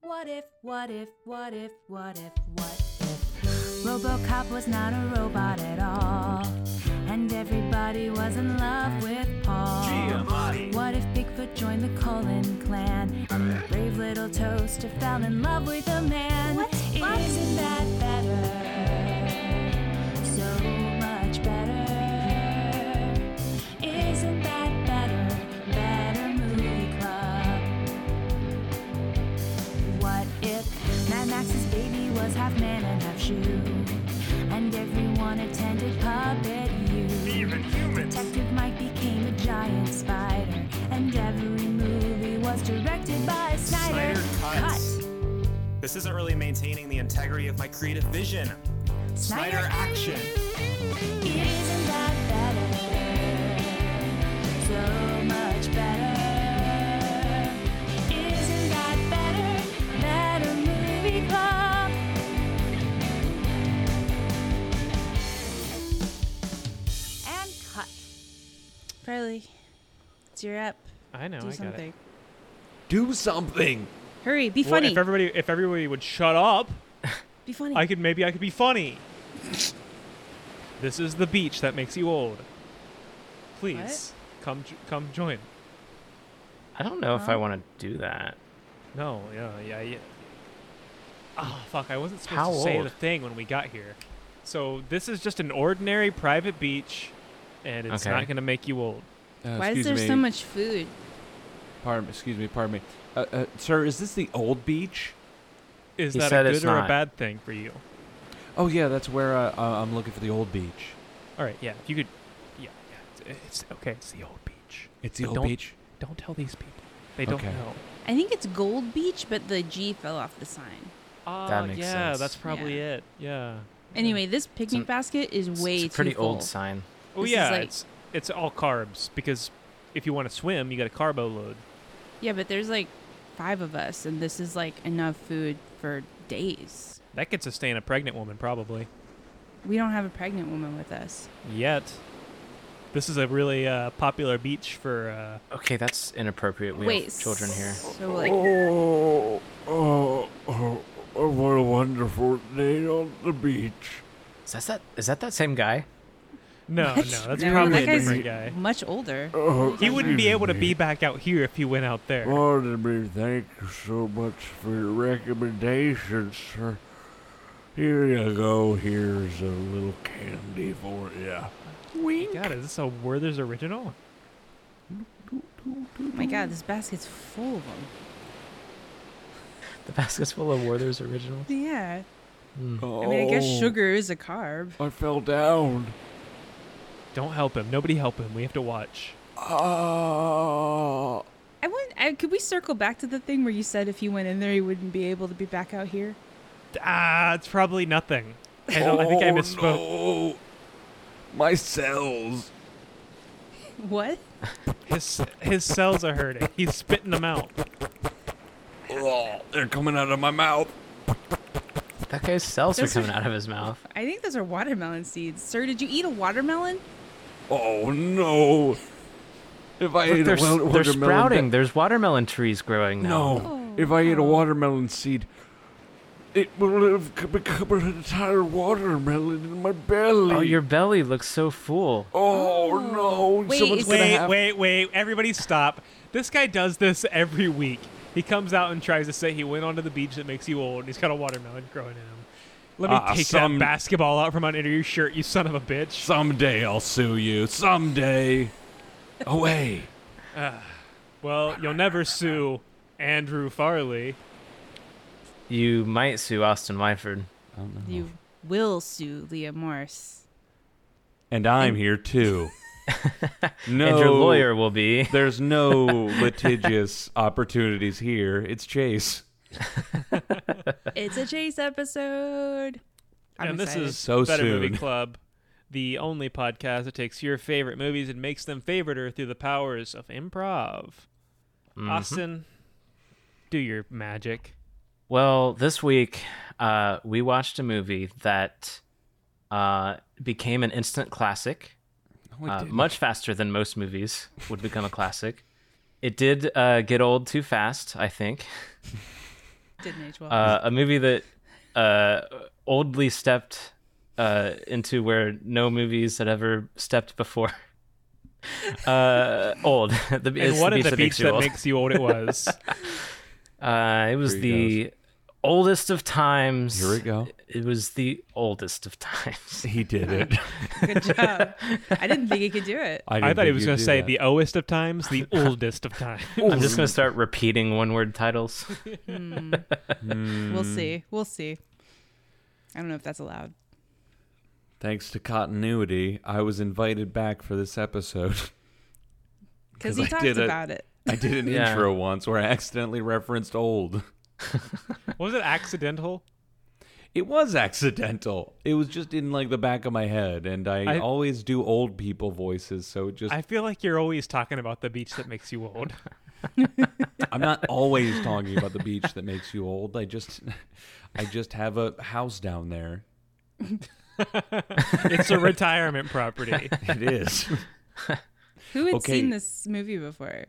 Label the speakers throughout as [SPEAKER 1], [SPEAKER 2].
[SPEAKER 1] What if, what if, what if, what if, what if Robocop was not a robot at all? And everybody was in love with Paul. What if Bigfoot joined the Cullen clan? And brave little toaster fell in love with a man.
[SPEAKER 2] What? What?
[SPEAKER 1] Isn't that better? So much better. Isn't that better? Better movie club. What if Mad Max's baby was half man and half shoe? And everyone attended puppet U.
[SPEAKER 3] Even humans.
[SPEAKER 1] Detective Mike became a giant spider, and every movie was directed by Snyder.
[SPEAKER 3] Snyder cuts. This isn't really maintaining the integrity of my creative vision. Snyder action.
[SPEAKER 1] Cut. Isn't that better? So much better. Isn't that better? Better movie club. And cut.
[SPEAKER 2] Farley, it's your up.
[SPEAKER 4] I know.
[SPEAKER 2] Do
[SPEAKER 4] I got
[SPEAKER 2] something.
[SPEAKER 4] it.
[SPEAKER 5] Do something.
[SPEAKER 2] Hurry, be
[SPEAKER 4] Well,
[SPEAKER 2] funny.
[SPEAKER 4] if everybody, if everybody would shut up,
[SPEAKER 2] be funny.
[SPEAKER 4] I could maybe I could be funny. this is the beach that makes you old. Please come, jo- come join.
[SPEAKER 6] I don't know if I want to do that.
[SPEAKER 4] No, yeah, yeah, yeah. Oh, fuck, I wasn't supposed
[SPEAKER 6] How
[SPEAKER 4] to say the
[SPEAKER 6] old?
[SPEAKER 4] thing when we got here. So this is just an ordinary private beach, and it's
[SPEAKER 6] Okay.
[SPEAKER 4] not going to make you old.
[SPEAKER 5] Uh,
[SPEAKER 2] Why is
[SPEAKER 5] excuse
[SPEAKER 2] there
[SPEAKER 5] me.
[SPEAKER 2] so much food?
[SPEAKER 5] Pardon, excuse me. Pardon me. Uh, uh, sir, is this the old beach?
[SPEAKER 4] Is
[SPEAKER 6] He
[SPEAKER 4] that
[SPEAKER 6] said
[SPEAKER 4] a
[SPEAKER 6] it's
[SPEAKER 4] good or a
[SPEAKER 6] not.
[SPEAKER 4] bad thing for you?
[SPEAKER 5] Oh yeah, that's where uh, uh, I'm looking for the old beach.
[SPEAKER 4] All right, yeah, if you could, yeah, yeah, it's, it's okay. It's the old beach.
[SPEAKER 5] It's the
[SPEAKER 4] But
[SPEAKER 5] old
[SPEAKER 4] don't-
[SPEAKER 5] beach.
[SPEAKER 4] Don't tell these people; they don't
[SPEAKER 5] Okay.
[SPEAKER 4] know.
[SPEAKER 2] I think it's Gold Beach, but the G fell off the sign.
[SPEAKER 4] Ah,
[SPEAKER 6] makes
[SPEAKER 4] yeah,
[SPEAKER 6] sense.
[SPEAKER 4] that's probably it. Yeah.
[SPEAKER 2] Anyway, this picnic
[SPEAKER 6] an-
[SPEAKER 2] basket is
[SPEAKER 6] It's-
[SPEAKER 2] way
[SPEAKER 6] it's a pretty
[SPEAKER 2] too full.
[SPEAKER 6] old sign.
[SPEAKER 4] Oh
[SPEAKER 2] This is
[SPEAKER 4] yeah,
[SPEAKER 2] like-
[SPEAKER 4] it's it's all carbs because if you want to swim, you got a carbo load.
[SPEAKER 2] Yeah, but there's like five of us, and this is like enough food for days.
[SPEAKER 4] That could sustain a pregnant woman probably.
[SPEAKER 2] We don't have a pregnant woman with us.
[SPEAKER 4] Yet, this is a really uh, popular beach for. Uh,
[SPEAKER 6] Okay, that's inappropriate. We
[SPEAKER 2] Wait,
[SPEAKER 6] have children here.
[SPEAKER 2] So like,
[SPEAKER 7] Oh, oh, oh, oh, what a wonderful day on the beach.
[SPEAKER 6] Is that that? Is that that same guy?
[SPEAKER 4] no, no,
[SPEAKER 2] What?
[SPEAKER 4] that's
[SPEAKER 2] No,
[SPEAKER 4] probably
[SPEAKER 2] that
[SPEAKER 4] a
[SPEAKER 2] guy's-
[SPEAKER 4] different guy.
[SPEAKER 2] much older.
[SPEAKER 7] Oh,
[SPEAKER 4] He wouldn't be
[SPEAKER 7] excuse
[SPEAKER 4] able to
[SPEAKER 7] me.
[SPEAKER 4] be back out here if he went out there.
[SPEAKER 7] Pardon me, thank you so much for your recommendations, sir. Here you go, here's a little candy for ya.
[SPEAKER 4] My God, is this a Werther's original?
[SPEAKER 2] Oh my god, this basket's full of them.
[SPEAKER 6] The basket's full of Werther's Hmm. originals.
[SPEAKER 2] Yeah.
[SPEAKER 7] Oh,
[SPEAKER 2] I mean, I guess sugar is a carb.
[SPEAKER 7] I fell down.
[SPEAKER 4] Don't help him. Nobody help him. We have to watch.
[SPEAKER 7] Ah.
[SPEAKER 2] I want. I, could we circle back to the thing where you said if you went in there, you wouldn't be able to be back out here?
[SPEAKER 4] Ah, it's probably nothing. I, don't, I think I
[SPEAKER 7] Oh,
[SPEAKER 4] misspoke.
[SPEAKER 7] no. My cells.
[SPEAKER 2] What?
[SPEAKER 4] His his cells are hurting. He's spitting them out.
[SPEAKER 7] Oh, they're coming out of my mouth.
[SPEAKER 6] That guy's cells are
[SPEAKER 2] Those are-
[SPEAKER 6] coming out of his mouth.
[SPEAKER 2] I think those are watermelon seeds. Sir, did you eat a watermelon?
[SPEAKER 7] Oh no! If I
[SPEAKER 6] Look,
[SPEAKER 7] ate
[SPEAKER 6] they're,
[SPEAKER 7] a
[SPEAKER 6] s-
[SPEAKER 7] wel-
[SPEAKER 6] they're
[SPEAKER 7] watermelon,
[SPEAKER 6] sprouting. There's watermelon trees growing now.
[SPEAKER 7] no, if I ate a watermelon seed, it will have c- become an entire watermelon in my belly.
[SPEAKER 6] Oh, your belly looks so full.
[SPEAKER 7] Oh, no!
[SPEAKER 2] Wait,
[SPEAKER 7] Someone's
[SPEAKER 2] is
[SPEAKER 7] gonna
[SPEAKER 4] Wait,
[SPEAKER 7] have-
[SPEAKER 4] wait, wait. Everybody stop. This guy does this every week. He comes out and tries to say he went onto the beach that makes you old and he's got a watermelon growing in him. Let me
[SPEAKER 7] Ah,
[SPEAKER 4] take
[SPEAKER 7] some-
[SPEAKER 4] that basketball out from under your shirt, you son of a bitch.
[SPEAKER 7] Someday I'll sue you. Someday. Away.
[SPEAKER 4] Well, you'll never sue Andrew Farley.
[SPEAKER 6] You might sue Austin Wyford.
[SPEAKER 2] You will sue Leah Morse.
[SPEAKER 5] And I'm here too. no,
[SPEAKER 6] And your lawyer will be.
[SPEAKER 5] There's no litigious opportunities here. It's Chase.
[SPEAKER 2] It's a chase episode. I'm
[SPEAKER 4] and
[SPEAKER 2] excited.
[SPEAKER 4] this is
[SPEAKER 5] So
[SPEAKER 4] Better Movie
[SPEAKER 5] soon.
[SPEAKER 4] Club, the only podcast that takes your favorite movies and makes them favoriter through the powers of improv.
[SPEAKER 6] Mm-hmm.
[SPEAKER 4] Austin, do your magic.
[SPEAKER 6] Well, this week uh, we watched a movie that uh, became an instant classic, uh, much faster than most movies would become a classic. It did uh, get old too fast, I think.
[SPEAKER 2] Didn't age well.
[SPEAKER 6] uh, a movie that uh, oldly stepped uh, into where no movies had ever stepped before. Uh, old. the,
[SPEAKER 4] And
[SPEAKER 6] it's
[SPEAKER 4] one of
[SPEAKER 6] beach
[SPEAKER 4] the
[SPEAKER 6] that
[SPEAKER 4] beats
[SPEAKER 6] makes you
[SPEAKER 4] that
[SPEAKER 6] old.
[SPEAKER 4] makes you old it was.
[SPEAKER 6] Uh, it was
[SPEAKER 5] Here he
[SPEAKER 6] the oldest of times.
[SPEAKER 5] Here we go.
[SPEAKER 6] It was the oldest of times.
[SPEAKER 5] He did it.
[SPEAKER 2] Good job. I didn't think he could do it.
[SPEAKER 5] didn't
[SPEAKER 4] I thought
[SPEAKER 5] think
[SPEAKER 4] he was
[SPEAKER 5] you'd
[SPEAKER 4] going to
[SPEAKER 5] do
[SPEAKER 4] say
[SPEAKER 5] that.
[SPEAKER 4] the oldest of times, the oldest of times.
[SPEAKER 6] I'm just gonna start repeating one-word titles.
[SPEAKER 2] We'll
[SPEAKER 5] Mm.
[SPEAKER 2] see. We'll see. I don't know if that's allowed.
[SPEAKER 5] Thanks to continuity, I was invited back for this episode.
[SPEAKER 2] Because
[SPEAKER 5] 'Cause
[SPEAKER 2] he
[SPEAKER 5] I
[SPEAKER 2] talked
[SPEAKER 5] did it.
[SPEAKER 2] about it.
[SPEAKER 5] I did an
[SPEAKER 6] Yeah.
[SPEAKER 5] intro once where I accidentally referenced old.
[SPEAKER 4] was it accidental?
[SPEAKER 5] It was accidental. It was just in like the back of my head, and I,
[SPEAKER 4] I-
[SPEAKER 5] always do old people voices, so it just
[SPEAKER 4] I feel like you're always talking about the beach that makes you old.
[SPEAKER 5] I'm not always talking about the beach that makes you old. I just I just have a house down there.
[SPEAKER 4] it's a retirement property.
[SPEAKER 5] It is.
[SPEAKER 2] Who had
[SPEAKER 5] Okay.
[SPEAKER 2] seen this movie before?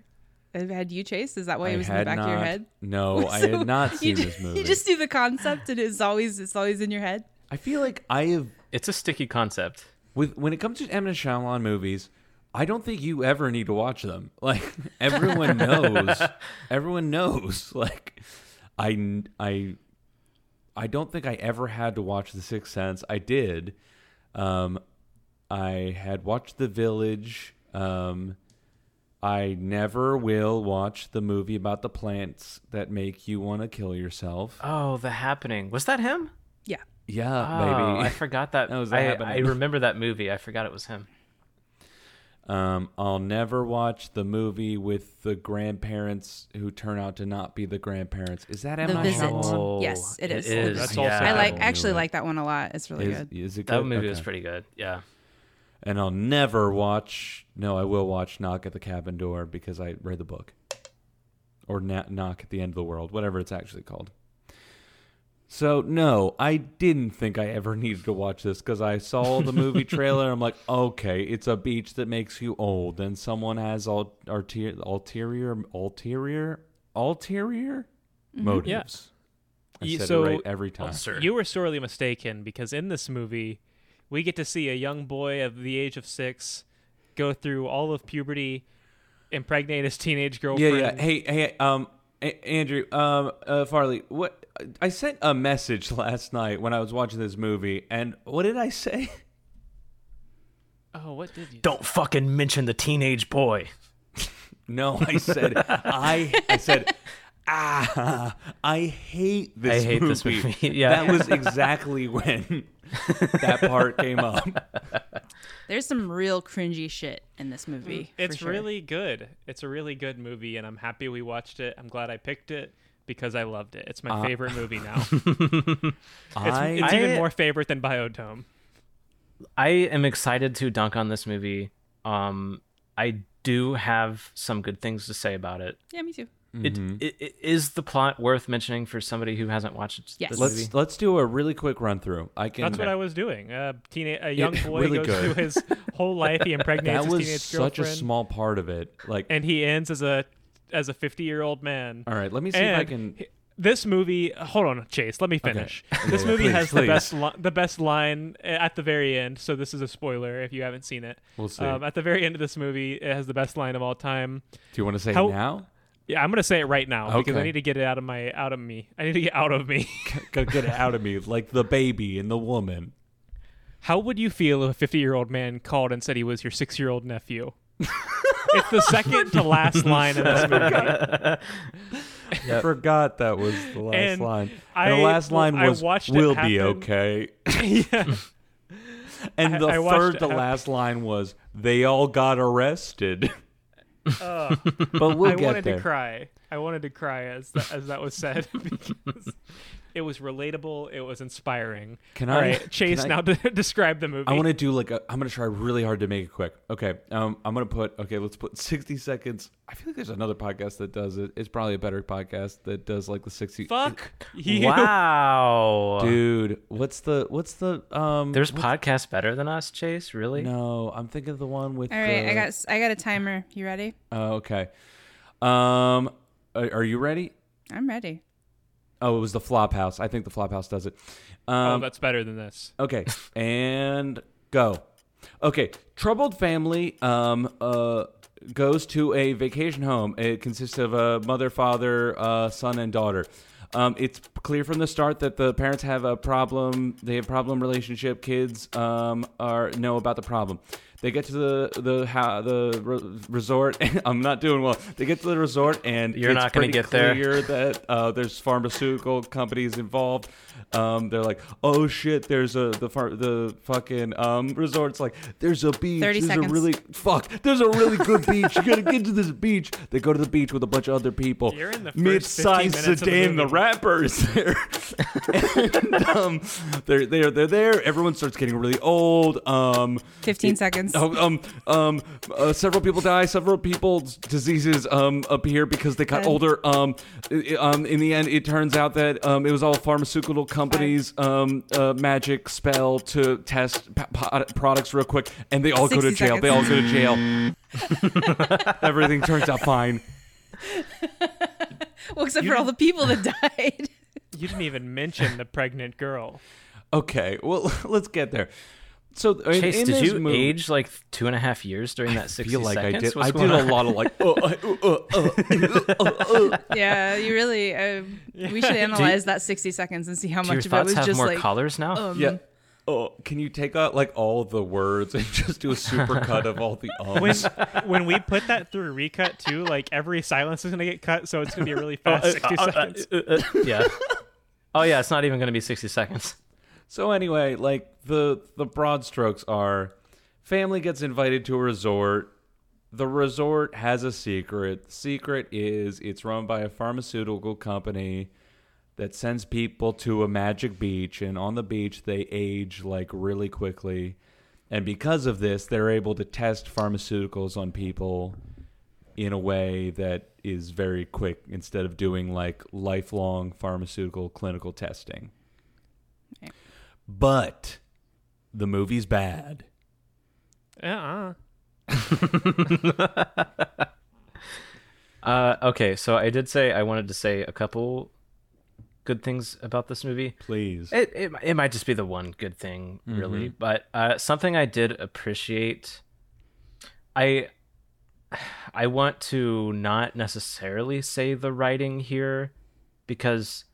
[SPEAKER 2] Had you, Chase? Is that why it was in the back of your head?
[SPEAKER 5] No, Oh, I
[SPEAKER 2] So
[SPEAKER 5] had not seen
[SPEAKER 2] you ju-
[SPEAKER 5] this movie.
[SPEAKER 2] You just do the concept, and it's always it's always in your head.
[SPEAKER 5] I feel like I have
[SPEAKER 6] It's a sticky concept.
[SPEAKER 5] with when it comes to M. Night Shyamalan movies, I don't think you ever need to watch them. Like everyone knows, everyone knows. Like I, I, I don't think I ever had to watch The Sixth Sense. I did. Um, I had watched The Village. Um, I never will watch the movie about the plants that make you want to kill yourself.
[SPEAKER 6] Oh, the happening. Was that him?
[SPEAKER 2] Yeah.
[SPEAKER 5] yeah,
[SPEAKER 6] Oh,
[SPEAKER 5] baby.
[SPEAKER 6] I forgot that.
[SPEAKER 5] That was The
[SPEAKER 6] I, I
[SPEAKER 5] Happening.
[SPEAKER 6] remember that movie. I forgot it was him.
[SPEAKER 5] Um, I'll never watch the movie with the grandparents who turn out to not be the grandparents. Is that M.
[SPEAKER 2] The
[SPEAKER 5] Night
[SPEAKER 2] Visit.
[SPEAKER 5] Shyamalan?
[SPEAKER 6] Oh,
[SPEAKER 2] Yes, it is.
[SPEAKER 6] It is.
[SPEAKER 4] That's
[SPEAKER 6] yeah.
[SPEAKER 4] also
[SPEAKER 2] I
[SPEAKER 4] I
[SPEAKER 2] like
[SPEAKER 4] don't
[SPEAKER 2] actually like that one a lot. It's really
[SPEAKER 5] Is,
[SPEAKER 2] good.
[SPEAKER 5] is it good?
[SPEAKER 6] that movie was
[SPEAKER 5] Okay.
[SPEAKER 6] pretty good. Yeah.
[SPEAKER 5] And I'll never watch. No, I will watch Knock at the Cabin Door because I read the book, or na- Knock at the End of the World, whatever it's actually called. So no, I didn't think I ever needed to watch this because I saw the movie trailer. I'm like, okay, it's a beach that makes you old, and someone has al- arter- ulterior, ulterior, ulterior motives. I
[SPEAKER 4] Mm-hmm. Ye-
[SPEAKER 5] said
[SPEAKER 4] so-
[SPEAKER 5] it right every time.
[SPEAKER 6] Ulcer.
[SPEAKER 4] You were sorely mistaken because in this movie, we get to see a young boy of the age of six go through all of puberty, impregnate his teenage
[SPEAKER 5] Yeah,
[SPEAKER 4] girlfriend.
[SPEAKER 5] yeah. Hey, hey, um, A- Andrew, um, uh, Farley, what? I sent a message last night when I was watching this movie, and what did I say?
[SPEAKER 4] Oh, what did you?
[SPEAKER 6] Don't fucking mention the teenage boy.
[SPEAKER 5] No, I said I. I said. Ah, I hate this.
[SPEAKER 6] I hate
[SPEAKER 5] movie.
[SPEAKER 6] this movie. Yeah.
[SPEAKER 5] that was exactly when that part came up.
[SPEAKER 2] There's some real cringy shit in this
[SPEAKER 5] Mm.
[SPEAKER 2] movie. for
[SPEAKER 4] It's
[SPEAKER 2] sure.
[SPEAKER 4] really good. It's a really good movie, and I'm happy we watched it. I'm glad I picked it because I loved it. It's my favorite movie now. it's
[SPEAKER 5] Uh, I,
[SPEAKER 4] it's even
[SPEAKER 6] I-
[SPEAKER 4] more favorite than Biodome.
[SPEAKER 6] I am excited to dunk on this movie. Um, I do have some good things to say about it.
[SPEAKER 2] Yeah, me too.
[SPEAKER 6] It-
[SPEAKER 5] Mm-hmm.
[SPEAKER 6] It, it is the plot worth mentioning for somebody who hasn't watched
[SPEAKER 2] Yes.
[SPEAKER 6] this
[SPEAKER 5] let's
[SPEAKER 6] movie.
[SPEAKER 5] let's do a really quick run through. I can.
[SPEAKER 4] That's what I was doing. A teenage, a young boy
[SPEAKER 5] really
[SPEAKER 4] goes
[SPEAKER 5] good.
[SPEAKER 4] through his whole life. He impregnates
[SPEAKER 5] that
[SPEAKER 4] his
[SPEAKER 5] was
[SPEAKER 4] teenage
[SPEAKER 5] such a
[SPEAKER 4] girlfriend,
[SPEAKER 5] small part of it. Like,
[SPEAKER 4] and he ends as a as a 50 year old man.
[SPEAKER 5] all right, let me see if I
[SPEAKER 4] and
[SPEAKER 5] can.
[SPEAKER 4] h- This movie, hold on, Chase. Let me finish. This
[SPEAKER 5] yeah,
[SPEAKER 4] movie
[SPEAKER 5] please,
[SPEAKER 4] has the
[SPEAKER 5] please.
[SPEAKER 4] best li- the best line eh, at the very end. So this is a spoiler if you haven't seen it.
[SPEAKER 5] We'll see.
[SPEAKER 4] Um, at the very end of this movie, it has the best line of all time.
[SPEAKER 5] Do you want to say
[SPEAKER 4] how-
[SPEAKER 5] now?
[SPEAKER 4] Yeah, I'm gonna say it right now because I
[SPEAKER 5] Okay.
[SPEAKER 4] need to get it out of my out of me. I need to get out of me.
[SPEAKER 5] Gotta get it out of me, like the baby and the woman.
[SPEAKER 4] How would you feel if a 50 year old man called and said he was your six year old nephew? it's the second to last line of this movie.
[SPEAKER 5] I forgot that was the last
[SPEAKER 4] And
[SPEAKER 5] line.
[SPEAKER 4] I-
[SPEAKER 5] and the last line
[SPEAKER 4] I
[SPEAKER 5] was,
[SPEAKER 4] watched it
[SPEAKER 5] "We'll
[SPEAKER 4] happen."
[SPEAKER 5] be okay."
[SPEAKER 4] yeah.
[SPEAKER 5] And
[SPEAKER 4] I-
[SPEAKER 5] the
[SPEAKER 4] I watched
[SPEAKER 5] third
[SPEAKER 4] it
[SPEAKER 5] to
[SPEAKER 4] happen.
[SPEAKER 5] last line was, "They all got arrested."
[SPEAKER 4] Ugh.
[SPEAKER 5] but we'll
[SPEAKER 4] I
[SPEAKER 5] get
[SPEAKER 4] wanted
[SPEAKER 5] there.
[SPEAKER 4] to cry. I wanted to cry as that, as that was said because it was relatable. It was inspiring.
[SPEAKER 5] Can
[SPEAKER 4] All
[SPEAKER 5] I-
[SPEAKER 4] right,
[SPEAKER 5] can
[SPEAKER 4] Chase?
[SPEAKER 5] I-
[SPEAKER 4] now de- describe the movie.
[SPEAKER 5] I want to do like a, I'm gonna try really hard to make it quick. Okay, um, I'm gonna put okay, let's put 60 seconds. I feel like there's another podcast that does it. It's probably a better podcast that does like the 60.
[SPEAKER 4] Fuck you.
[SPEAKER 6] Wow.
[SPEAKER 5] dude, what's the what's the um?
[SPEAKER 6] There's podcasts better than us, Chase? Really?
[SPEAKER 5] no, I'm thinking of the one with.
[SPEAKER 2] All right, I
[SPEAKER 5] the-
[SPEAKER 2] got s- I got a timer. You ready?
[SPEAKER 5] Oh, okay. Um, are, are you ready?
[SPEAKER 2] I'm ready.
[SPEAKER 5] Oh, it was the Flophouse. I think the Flophouse does it.
[SPEAKER 4] Oh,
[SPEAKER 5] Um,
[SPEAKER 4] that's better than this.
[SPEAKER 5] Okay, and go. Okay, troubled family um, uh, goes to a vacation home. It consists of a mother, father, uh, son, and daughter. Um, it's clear from the start that the parents have a problem. They have problem relationship. Kids um, are know about the problem. They get to the the ha- the re- resort. I'm not doing well. They get to the resort and
[SPEAKER 6] You're
[SPEAKER 5] it's
[SPEAKER 6] not gonna
[SPEAKER 5] pretty
[SPEAKER 6] get there.
[SPEAKER 5] clear that uh, there's pharmaceutical companies involved. Um, they're like, oh shit, there's a the far, the fucking um, resort's like, there's a beach.
[SPEAKER 2] 30
[SPEAKER 5] there's
[SPEAKER 2] seconds.
[SPEAKER 5] a really fuck. There's a really good beach. You gotta get to this beach. They go to the beach with a bunch of other people.
[SPEAKER 4] You're in the first 15
[SPEAKER 5] Mid-sized
[SPEAKER 4] minutes of the
[SPEAKER 5] sedan, the
[SPEAKER 4] movie.
[SPEAKER 5] rapper is there. and, um, they're they're they're there. Everyone starts getting really old. Um,
[SPEAKER 2] 15 seconds.
[SPEAKER 5] Oh, um, um, uh, several people die. Several people's diseases um appear because they got
[SPEAKER 2] Five.
[SPEAKER 5] older. Um, i- i- um, in the end, it turns out that um, it was all pharmaceutical companies' um uh, magic spell to test p- po- products real quick, and they all go to
[SPEAKER 2] 60
[SPEAKER 5] jail. They all go to jail. Everything turns out fine.
[SPEAKER 2] Well, except for all the people that died.
[SPEAKER 4] You didn't even mention the pregnant girl.
[SPEAKER 5] Okay, well, let's get there. So, I mean,
[SPEAKER 6] Chase,
[SPEAKER 5] in
[SPEAKER 6] did
[SPEAKER 5] this
[SPEAKER 6] you
[SPEAKER 5] movie-
[SPEAKER 6] age like two and a half years during that
[SPEAKER 5] I
[SPEAKER 6] sixty
[SPEAKER 5] feel like
[SPEAKER 6] seconds?
[SPEAKER 5] I did.
[SPEAKER 6] What's
[SPEAKER 5] I did
[SPEAKER 6] going
[SPEAKER 5] a
[SPEAKER 6] on?
[SPEAKER 5] lot of like. Uh, uh, uh, uh, uh, uh, uh.
[SPEAKER 2] yeah, you really. Uh, we should analyze that 60 seconds and see how
[SPEAKER 6] Do your
[SPEAKER 2] much of it
[SPEAKER 6] thoughts
[SPEAKER 2] was
[SPEAKER 6] have
[SPEAKER 2] just
[SPEAKER 6] more
[SPEAKER 2] like.
[SPEAKER 6] colors now?
[SPEAKER 2] Um,
[SPEAKER 5] Yeah. Oh, can you take out like all the words and just do a super cut of all the
[SPEAKER 4] When
[SPEAKER 5] ums?
[SPEAKER 4] when we put that through recut too, like every silence is gonna get cut, so it's gonna be a really
[SPEAKER 5] Oh, uh,
[SPEAKER 4] fast sixty seconds.
[SPEAKER 6] yeah. Oh yeah, it's not even going to be sixty seconds.
[SPEAKER 5] so anyway, like the the broad strokes are family gets invited to a resort. The resort has a secret. The secret is it's run by a pharmaceutical company that sends people to a magic beach and on the beach they age like really quickly. And because of this, they're able to test pharmaceuticals on people in a way that is very quick instead of doing like lifelong pharmaceutical clinical testing. But the movie's bad.
[SPEAKER 4] Uh-uh.
[SPEAKER 6] Uh, okay, so I did say I wanted to say a couple good things about this movie.
[SPEAKER 5] Please.
[SPEAKER 6] It it, it might just be the one good thing, really. But uh, something I did appreciate, I I want to not necessarily say the writing here, because,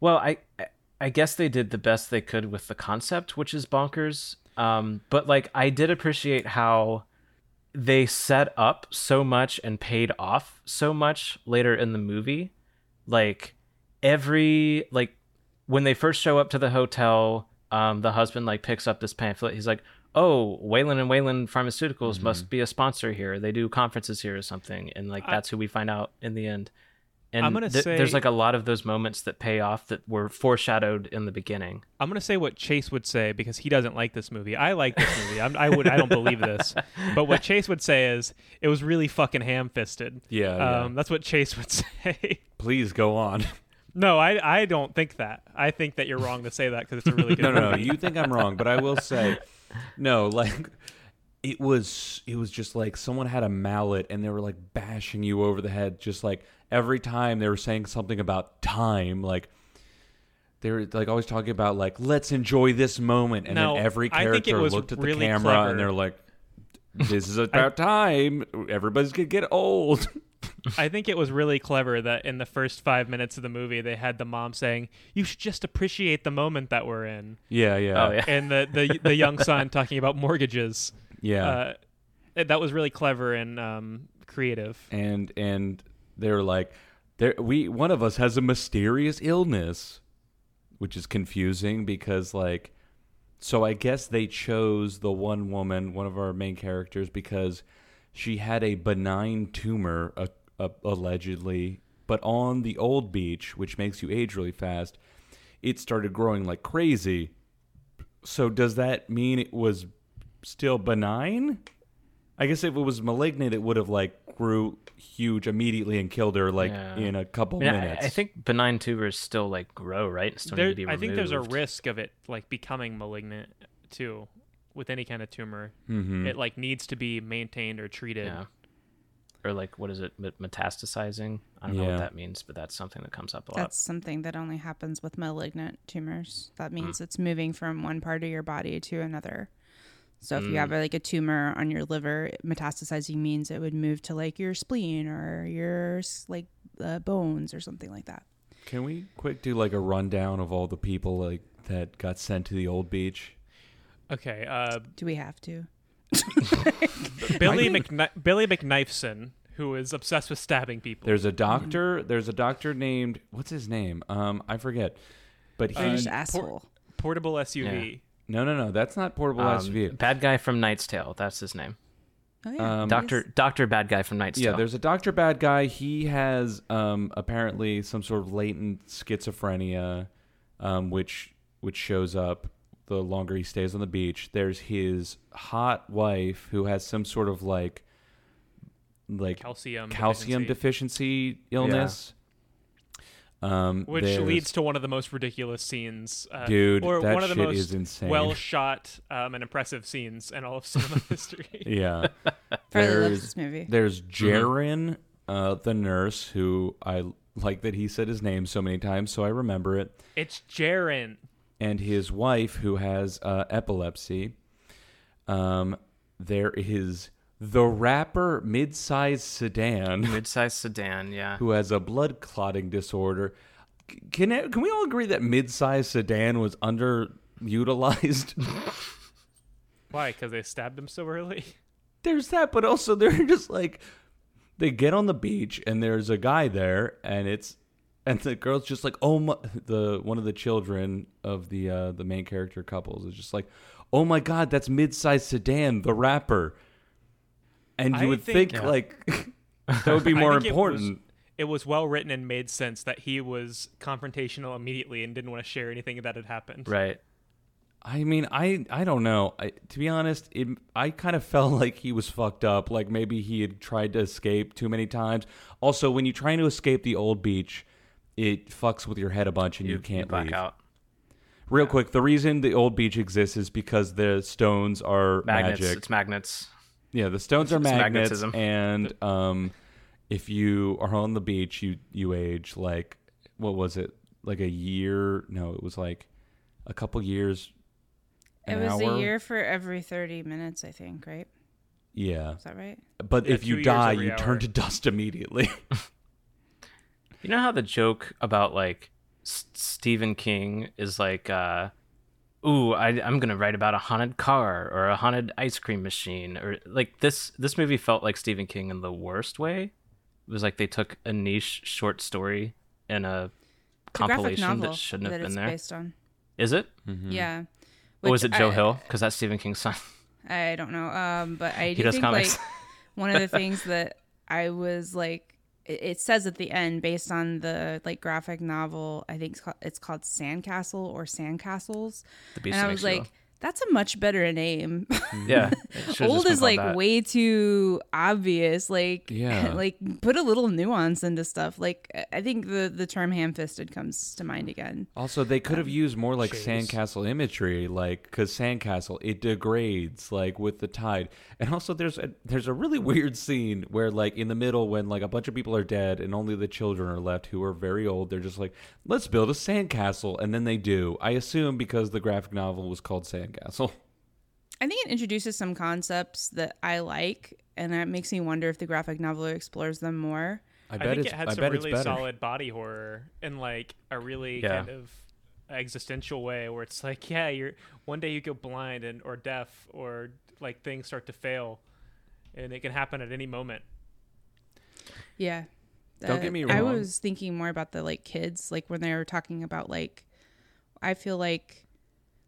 [SPEAKER 6] well, I I- I guess they did the best they could with the concept, which is bonkers. Um, but like I did appreciate how they set up so much and paid off so much later in the movie like every like when they first show up to the hotel um the husband like picks up this pamphlet he's like oh wayland and wayland pharmaceuticals
[SPEAKER 4] Mm-hmm.
[SPEAKER 6] must be a sponsor here they do conferences here or something and like
[SPEAKER 4] I-
[SPEAKER 6] that's who we find out in the end and
[SPEAKER 4] I'm gonna
[SPEAKER 6] th- there's
[SPEAKER 4] say-
[SPEAKER 6] like a lot of those moments that pay off that were foreshadowed in the beginning
[SPEAKER 4] I'm gonna say what Chase would say because he doesn't like this movie. I like this movie. I'm, I would. I don't believe this, but what Chase would say is it was really fucking ham-fisted.
[SPEAKER 5] Yeah, yeah.
[SPEAKER 4] Um, that's what Chase would say.
[SPEAKER 5] Please go on.
[SPEAKER 4] no, I I don't think that. I think that you're wrong to say that because it's a really good.
[SPEAKER 5] no, no, no.
[SPEAKER 4] movie.
[SPEAKER 5] You think I'm wrong, but I will say, no, like it was it was just like someone had a mallet and they were like bashing you over the head just like every time they were saying something about time like they were like always talking about like let's enjoy this moment and
[SPEAKER 4] No,
[SPEAKER 5] then every
[SPEAKER 4] I think it
[SPEAKER 5] character
[SPEAKER 4] was
[SPEAKER 5] looked at the
[SPEAKER 4] really
[SPEAKER 5] camera
[SPEAKER 4] clever.
[SPEAKER 5] and they're like this is about time everybody's gonna get old
[SPEAKER 4] I think it was really clever that in the first five minutes of the movie they had the mom saying, "You should just appreciate the moment that we're in,"
[SPEAKER 5] yeah yeah
[SPEAKER 6] oh yeah
[SPEAKER 4] and the the, the young son talking about mortgages.
[SPEAKER 5] yeah
[SPEAKER 4] Uh, that was really clever and um, creative.
[SPEAKER 5] and and they're like there we one of us has a mysterious illness which is confusing because like so i guess they chose the one woman one of our main characters because she had a benign tumor uh, uh, allegedly but on the old beach which makes you age really fast it started growing like crazy so does that mean it was still benign I guess if it was malignant, it would have like grew huge immediately and killed her like
[SPEAKER 6] Yeah.
[SPEAKER 5] in a couple
[SPEAKER 6] I, mean, I-
[SPEAKER 5] minutes.
[SPEAKER 6] I think benign tumors still like grow right still
[SPEAKER 4] There-
[SPEAKER 6] need to be
[SPEAKER 4] I think there's a
[SPEAKER 6] removed.
[SPEAKER 4] risk of it like becoming malignant too, with any kind of tumor.
[SPEAKER 5] Mhm.
[SPEAKER 4] It like needs to be maintained or treated.
[SPEAKER 6] yeah or like what is it met- metastasizing? I don't know
[SPEAKER 5] Yeah.
[SPEAKER 6] what that means, but that's something that comes up a lot.
[SPEAKER 2] That's something that only happens with malignant tumors.
[SPEAKER 6] Mm.
[SPEAKER 2] That means it's moving from one part of your body to another. So if you
[SPEAKER 6] Mm.
[SPEAKER 2] have like a tumor on your liver, metastasizing means it would move to like your spleen or your s- like uh, bones or something like that.
[SPEAKER 5] Can we quick do like a rundown of all the people like that got sent to the old beach?
[SPEAKER 4] Okay, uh,
[SPEAKER 2] Do we have to?
[SPEAKER 4] Billy McKni- Billy McKnifeson, who is obsessed with stabbing people.
[SPEAKER 5] There's a doctor. There's a doctor named what's his name? Um, I forget. But he
[SPEAKER 2] You're just
[SPEAKER 4] por-
[SPEAKER 2] asshole.
[SPEAKER 4] portable SUV.
[SPEAKER 5] no no no that's not portable
[SPEAKER 6] Um,
[SPEAKER 5] SUV.
[SPEAKER 6] Bad guy from Knight's Tale. That's his name.
[SPEAKER 2] oh yeah,
[SPEAKER 5] um,
[SPEAKER 6] Doctor Doctor Bad Guy from Knight's
[SPEAKER 5] Yeah,
[SPEAKER 6] Tale.
[SPEAKER 5] there's a doctor bad guy. He has um, apparently some sort of latent schizophrenia, um, which which shows up the longer he stays on the beach. There's his hot wife who has some sort of like like
[SPEAKER 4] Calcium
[SPEAKER 5] calcium deficiency, illness. Um,
[SPEAKER 4] Which
[SPEAKER 5] there's-
[SPEAKER 4] leads to one of the most ridiculous scenes, uh,
[SPEAKER 5] Dude,
[SPEAKER 4] or
[SPEAKER 5] that
[SPEAKER 4] one of the
[SPEAKER 5] shit
[SPEAKER 4] most
[SPEAKER 5] is insane.
[SPEAKER 4] well shot um, and impressive scenes in all of cinema history.
[SPEAKER 2] Farley
[SPEAKER 5] yeah.
[SPEAKER 2] loves
[SPEAKER 5] there's-
[SPEAKER 2] this movie.
[SPEAKER 5] There's Jaren, uh, the nurse, who I like that he said his name so many times, so I remember it.
[SPEAKER 4] It's Jaren.
[SPEAKER 5] and his wife who has uh, epilepsy. Um, there is the rapper mid-sized sedan
[SPEAKER 6] Mid-sized sedan. Yeah.
[SPEAKER 5] who has a blood clotting disorder. C- Can it- can we all agree that mid-sized sedan was underutilized?
[SPEAKER 4] Why? Because they stabbed him so early.
[SPEAKER 5] there's that, but also they're just like they get on the beach and there's a guy there and it's and the girl's just like oh my the one of the children of the uh the main character couples is just like oh my god that's mid-sized sedan the rapper and you
[SPEAKER 4] I
[SPEAKER 5] would think,
[SPEAKER 4] think-
[SPEAKER 6] Yeah.
[SPEAKER 5] like that would be
[SPEAKER 4] I
[SPEAKER 5] more
[SPEAKER 4] think it was-
[SPEAKER 5] important
[SPEAKER 4] It was well written and made sense that he was confrontational immediately and didn't want to share anything that had happened.
[SPEAKER 6] Right.
[SPEAKER 5] I mean, I I don't know. I, to be honest, it, I kind of felt like he was fucked up. Like maybe he had tried to escape too many times. Also, when you're trying to escape the old beach, it fucks with your head a bunch, and you, can't
[SPEAKER 6] black
[SPEAKER 5] leave.
[SPEAKER 6] out.
[SPEAKER 5] Real quick, the reason the old beach exists is because the stones are
[SPEAKER 6] Magnets.
[SPEAKER 5] magic.
[SPEAKER 6] It's magnets.
[SPEAKER 5] yeah, the stones are
[SPEAKER 6] it's
[SPEAKER 5] magnets,
[SPEAKER 6] magnetism.
[SPEAKER 5] and um, if you are on the beach, you you age like what was it? Like a year? No, it was like a couple years.
[SPEAKER 2] it
[SPEAKER 5] an
[SPEAKER 2] was
[SPEAKER 5] hour?
[SPEAKER 2] a year for every 30 minutes, I think. Right?
[SPEAKER 5] Yeah.
[SPEAKER 2] Is that right?
[SPEAKER 5] But
[SPEAKER 4] Yeah,
[SPEAKER 5] if
[SPEAKER 4] two
[SPEAKER 5] you
[SPEAKER 4] years
[SPEAKER 5] die,
[SPEAKER 4] every
[SPEAKER 5] you
[SPEAKER 4] hour.
[SPEAKER 5] turn to dust immediately.
[SPEAKER 6] You know how the joke about like S- Stephen King is like, uh, "Ooh, I, I'm gonna write about a haunted car or a haunted ice cream machine," or like this. This movie felt like Stephen King in the worst way. It was like they took a niche short story and a
[SPEAKER 2] It's a graphic
[SPEAKER 6] compilation
[SPEAKER 2] novel
[SPEAKER 6] that shouldn't have
[SPEAKER 2] it's
[SPEAKER 6] been there. Is
[SPEAKER 2] based on.
[SPEAKER 6] it?
[SPEAKER 4] Mm-hmm.
[SPEAKER 2] Yeah.
[SPEAKER 6] Or was
[SPEAKER 2] Which
[SPEAKER 6] it Joe
[SPEAKER 2] I-
[SPEAKER 6] Hill? Because that's Stephen King's son.
[SPEAKER 2] I don't know. Um, but I do
[SPEAKER 6] does
[SPEAKER 2] think
[SPEAKER 6] comics.
[SPEAKER 2] like one of the things that I was like, it it says at the end, based on the like graphic novel, I think it's called, it's called Sandcastle or Sandcastles,
[SPEAKER 6] The Beast
[SPEAKER 2] and I
[SPEAKER 6] That
[SPEAKER 2] was
[SPEAKER 6] Makes You
[SPEAKER 2] like, that's a much better name.
[SPEAKER 6] Laugh. yeah. it should've just
[SPEAKER 2] Old
[SPEAKER 6] been
[SPEAKER 2] is
[SPEAKER 6] called
[SPEAKER 2] like
[SPEAKER 6] that.
[SPEAKER 2] way too obvious. Like,
[SPEAKER 5] Yeah.
[SPEAKER 2] like put a little nuance into stuff. Like, I- I think the the term ham-fisted comes to mind again.
[SPEAKER 5] Also, they could have used more like
[SPEAKER 4] Jeez.
[SPEAKER 5] sandcastle imagery, like because sandcastle it degrades like with the tide. And also, there's a there's a really weird scene where like in the middle when like a bunch of people are dead and only the children are left who are very old. They're just like, let's build a sandcastle, and then they do. I assume because the graphic novel was called Sandcastle.
[SPEAKER 2] I think it introduces some concepts that I like, and that makes me wonder if the graphic novel explores them more.
[SPEAKER 5] I
[SPEAKER 4] I,
[SPEAKER 5] bet
[SPEAKER 4] think
[SPEAKER 5] it's
[SPEAKER 4] it had
[SPEAKER 5] I
[SPEAKER 4] some
[SPEAKER 5] bet
[SPEAKER 4] really
[SPEAKER 5] it's better.
[SPEAKER 4] solid body horror and like a really
[SPEAKER 6] Yeah.
[SPEAKER 4] kind of existential way where it's like, yeah, you're one day you go blind and or deaf or like things start to fail, and it can happen at any moment.
[SPEAKER 2] Yeah. Uh,
[SPEAKER 5] Don't get me
[SPEAKER 2] I
[SPEAKER 5] wrong.
[SPEAKER 2] was thinking more about the like kids, like when they were talking about like, I feel like,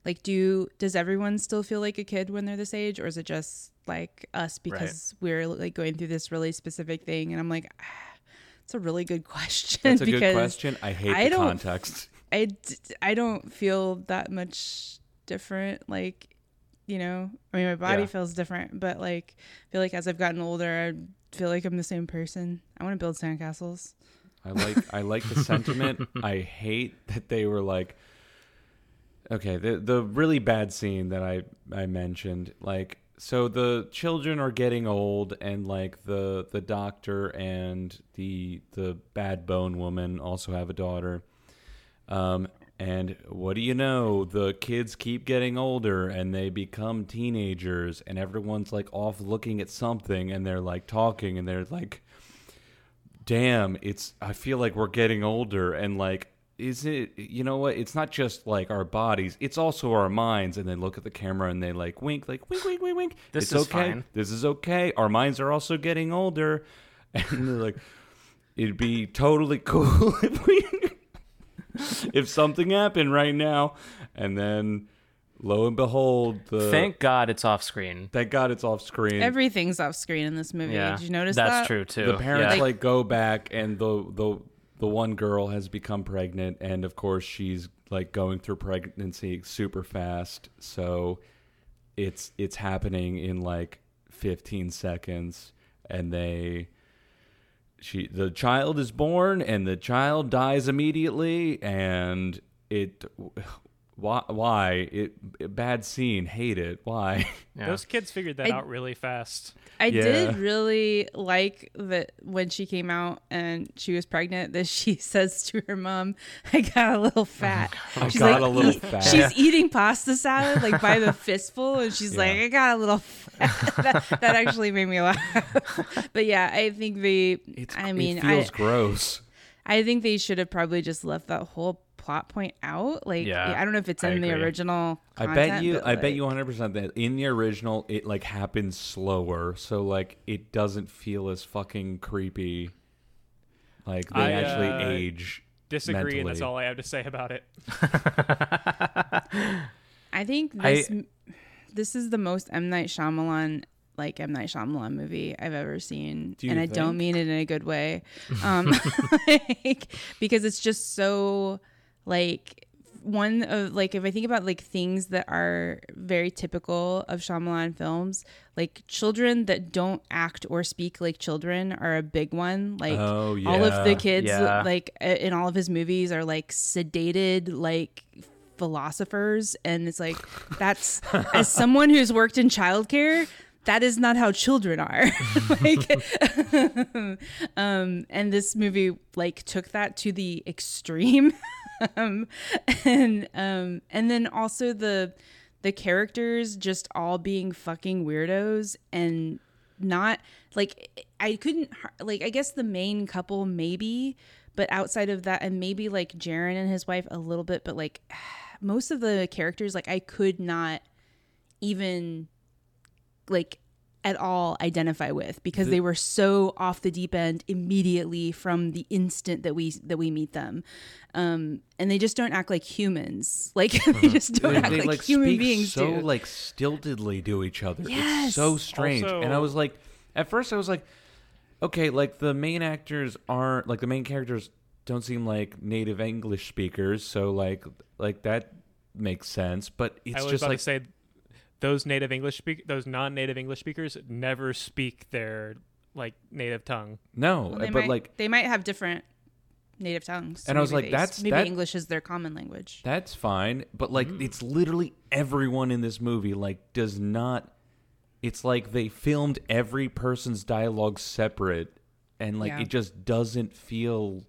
[SPEAKER 2] like do does everyone still feel like a kid when they're this age, or is it just like us because we're like going through this really specific thing? And I'm like, ah, it's a really good question.
[SPEAKER 5] That's a
[SPEAKER 2] because
[SPEAKER 5] good question. I hate
[SPEAKER 2] I
[SPEAKER 5] the
[SPEAKER 2] don't-
[SPEAKER 5] context.
[SPEAKER 2] I, d- I don't feel that much different. Like, you know, I mean, my body
[SPEAKER 6] Yeah.
[SPEAKER 2] feels different, but like, I feel like as I've gotten older, I feel like I'm the same person. I want to build sandcastles.
[SPEAKER 5] I like I like the sentiment. I hate that they were like okay, the the really bad scene that I I mentioned, like so the children are getting old and like the the doctor and the the bad bone woman also have a daughter um and what do you know the kids keep getting older and they become teenagers and everyone's like off looking at something and they're like talking and they're like damn it's i feel like we're getting older and like is it you know what it's not just like our bodies it's also our minds and they look at the camera and they like wink like wink wink wink wink
[SPEAKER 6] This
[SPEAKER 5] it's
[SPEAKER 6] is
[SPEAKER 5] okay
[SPEAKER 6] fine.
[SPEAKER 5] this is okay our minds are also getting older and they're like it'd be totally cool if we if something happened right now and then lo and behold the
[SPEAKER 6] Thank God it's off screen.
[SPEAKER 5] thank god it's off screen
[SPEAKER 2] Everything's off screen in this movie.
[SPEAKER 6] Yeah,
[SPEAKER 2] Did you notice
[SPEAKER 6] that's
[SPEAKER 2] that?
[SPEAKER 6] true too.
[SPEAKER 5] the parents
[SPEAKER 6] yeah.
[SPEAKER 5] like go back and the the the one girl has become pregnant and of course she's like going through pregnancy super fast so it's it's happening in like 15 seconds and they she the child is born and the child dies immediately and it why why it bad scene hate it why
[SPEAKER 4] Those kids figured that
[SPEAKER 2] I-
[SPEAKER 4] out really fast.
[SPEAKER 2] I
[SPEAKER 5] Yeah.
[SPEAKER 2] did really like that when she came out and she was pregnant that she says to her mom, I got a little fat. I
[SPEAKER 5] got a little fat.
[SPEAKER 2] She's eating pasta salad like by the fistful and she's like, I got a little fat. that, that actually made me laugh. but yeah, I think they
[SPEAKER 5] it's,
[SPEAKER 2] I mean
[SPEAKER 5] it feels
[SPEAKER 2] I
[SPEAKER 5] gross
[SPEAKER 2] I think they should have probably just left that whole plot point out. Like
[SPEAKER 6] Yeah,
[SPEAKER 2] I don't know if it's
[SPEAKER 6] I
[SPEAKER 2] in the
[SPEAKER 6] agree.
[SPEAKER 2] original
[SPEAKER 5] I bet
[SPEAKER 2] content,
[SPEAKER 5] you.
[SPEAKER 2] but,
[SPEAKER 5] I bet
[SPEAKER 2] like,
[SPEAKER 5] you 100 percent that in the original it like happens slower, so like it doesn't feel as fucking creepy. Like they
[SPEAKER 4] I,
[SPEAKER 5] actually
[SPEAKER 4] uh,
[SPEAKER 5] age.
[SPEAKER 4] Disagree, and that's
[SPEAKER 5] mentally.
[SPEAKER 4] all I have to say about it.
[SPEAKER 2] I think
[SPEAKER 6] I-
[SPEAKER 2] this m this is the most M Night Shyamalan like M Night Shyamalan movie I've ever seen,
[SPEAKER 5] Do you
[SPEAKER 2] and I don't
[SPEAKER 5] think?
[SPEAKER 2] mean it in a good way, um, like, because it's just so like one of like if I think about like things that are very typical of Shyamalan films, like children that don't act or speak like children are a big one. Like
[SPEAKER 5] Oh,
[SPEAKER 2] all of
[SPEAKER 5] yeah.
[SPEAKER 2] the kids
[SPEAKER 6] Yeah.
[SPEAKER 2] like a- in all of his movies are like sedated like philosophers and it's like that's as someone who's worked in childcare that is not how children are like um and this movie like took that to the extreme um and um and then also the the characters just all being fucking weirdos and not like I couldn't har- like I guess the main couple maybe, but outside of that and maybe like Jaren and his wife a little bit, but like most of the characters like I could not even like at all identify with because they were so off the deep end immediately from the instant that we that we meet them um and they just don't act like humans like
[SPEAKER 5] Uh-huh.
[SPEAKER 2] they just don't act like, human beings
[SPEAKER 5] so
[SPEAKER 2] do
[SPEAKER 5] like stiltedly to each other. It's
[SPEAKER 2] Yes.
[SPEAKER 5] so strange. and I
[SPEAKER 4] Also-
[SPEAKER 5] was like, at first I was like, okay, like the main actors aren't like the main characters don't seem like native English speakers, so like like that makes sense. But it's
[SPEAKER 4] I was
[SPEAKER 5] just
[SPEAKER 4] about
[SPEAKER 5] like
[SPEAKER 4] to say those native English speak those non-native English speakers never speak their like native tongue.
[SPEAKER 5] no,
[SPEAKER 2] Well,
[SPEAKER 5] but
[SPEAKER 2] might,
[SPEAKER 5] like
[SPEAKER 2] they might have different native tongues.
[SPEAKER 5] And I was
[SPEAKER 2] Maybe
[SPEAKER 5] like,
[SPEAKER 2] they-
[SPEAKER 5] that's-
[SPEAKER 2] maybe
[SPEAKER 5] that-
[SPEAKER 2] English is their common language.
[SPEAKER 5] That's fine, but like it's literally everyone in this movie like does not it's like they filmed every person's dialogue separate and like
[SPEAKER 2] Yeah.
[SPEAKER 5] it just doesn't feel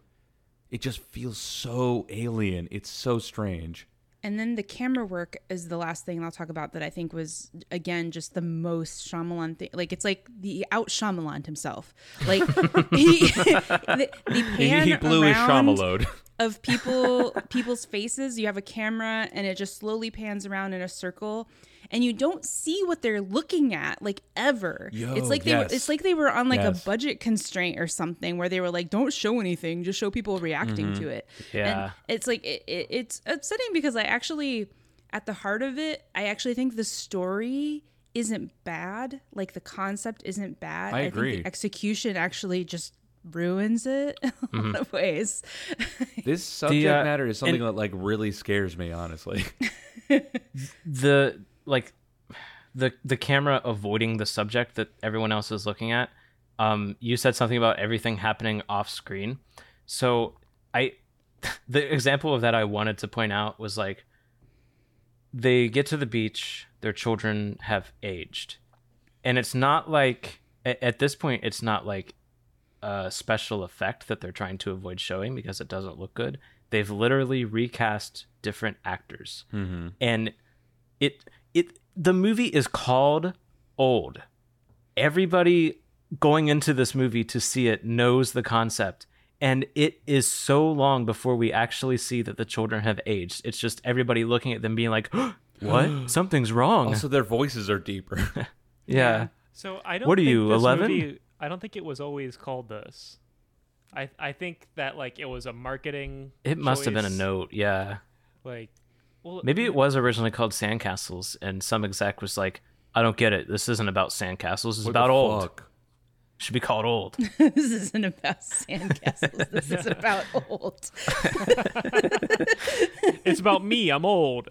[SPEAKER 5] it just feels so alien. It's so strange.
[SPEAKER 2] and then the camera work is the last thing I'll talk about that I think was again just the most Shyamalan thing. Like it's like the out Shyamalan himself. Like he, the, the pan around of people people's faces. You have a camera and it just slowly pans around in a circle and you don't see what they're looking at like ever.
[SPEAKER 5] Yo,
[SPEAKER 2] it's like they
[SPEAKER 5] yes.
[SPEAKER 2] were, it's like they were on like
[SPEAKER 5] Yes.
[SPEAKER 2] a budget constraint or something where they were like don't show anything, just show people reacting
[SPEAKER 5] Mm-hmm.
[SPEAKER 2] to it.
[SPEAKER 6] Yeah.
[SPEAKER 2] And it's like it, it, it's upsetting because I actually at the heart of it, I actually think the story isn't bad. Like the concept isn't bad.
[SPEAKER 5] I
[SPEAKER 2] think the
[SPEAKER 5] agree.
[SPEAKER 2] execution actually just ruins it in a
[SPEAKER 5] Mm-hmm.
[SPEAKER 2] lot of ways.
[SPEAKER 5] This subject
[SPEAKER 6] uh,
[SPEAKER 5] matter is something
[SPEAKER 6] and-
[SPEAKER 5] that like really scares me, honestly.
[SPEAKER 6] the like the the camera avoiding the subject that everyone else is looking at um you said something about everything happening off screen so i the example of that i wanted to point out was like they get to the beach their children have aged and it's not like a- at this point it's not like a special effect that they're trying to avoid showing because it doesn't look good they've literally recast different actors and it it the movie is called old everybody going into this movie to see it knows the concept and it is so long before we actually see that the children have aged it's just everybody looking at them being like what something's wrong
[SPEAKER 5] Also, their voices are deeper.
[SPEAKER 6] yeah
[SPEAKER 4] So I don't.
[SPEAKER 6] What are
[SPEAKER 4] think
[SPEAKER 6] you,
[SPEAKER 4] this
[SPEAKER 6] 11?
[SPEAKER 4] movie- I don't think it was always called this. I I think that like it was a marketing.
[SPEAKER 6] It must have been a
[SPEAKER 4] choice,
[SPEAKER 6] note, yeah.
[SPEAKER 4] Like, well,
[SPEAKER 6] Maybe it was originally called Sandcastles, and some exec was like, "I don't get it. This isn't about sandcastles. It's about old. Should be called old."
[SPEAKER 2] this isn't about sandcastles. This is about old.
[SPEAKER 4] it's about me. I'm old.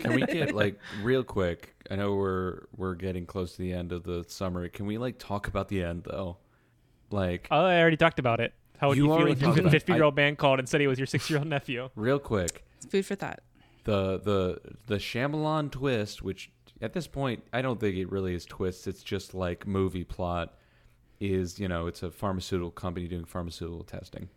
[SPEAKER 5] Can we get like real quick? I know we're we're getting close to the end of the summary. Can we like talk about the end though? Like
[SPEAKER 4] Oh, I already talked about it. How would
[SPEAKER 5] You
[SPEAKER 4] you, feel
[SPEAKER 5] already
[SPEAKER 4] if
[SPEAKER 5] talked
[SPEAKER 4] a
[SPEAKER 5] about it.
[SPEAKER 4] 50 year old man called and said he was your six year old nephew?
[SPEAKER 5] real quick,
[SPEAKER 2] It's food for thought.
[SPEAKER 5] the the the Shyamalan twist, which at this point I don't think it really is twists. It's just like movie plot is you know it's a pharmaceutical company doing pharmaceutical testing.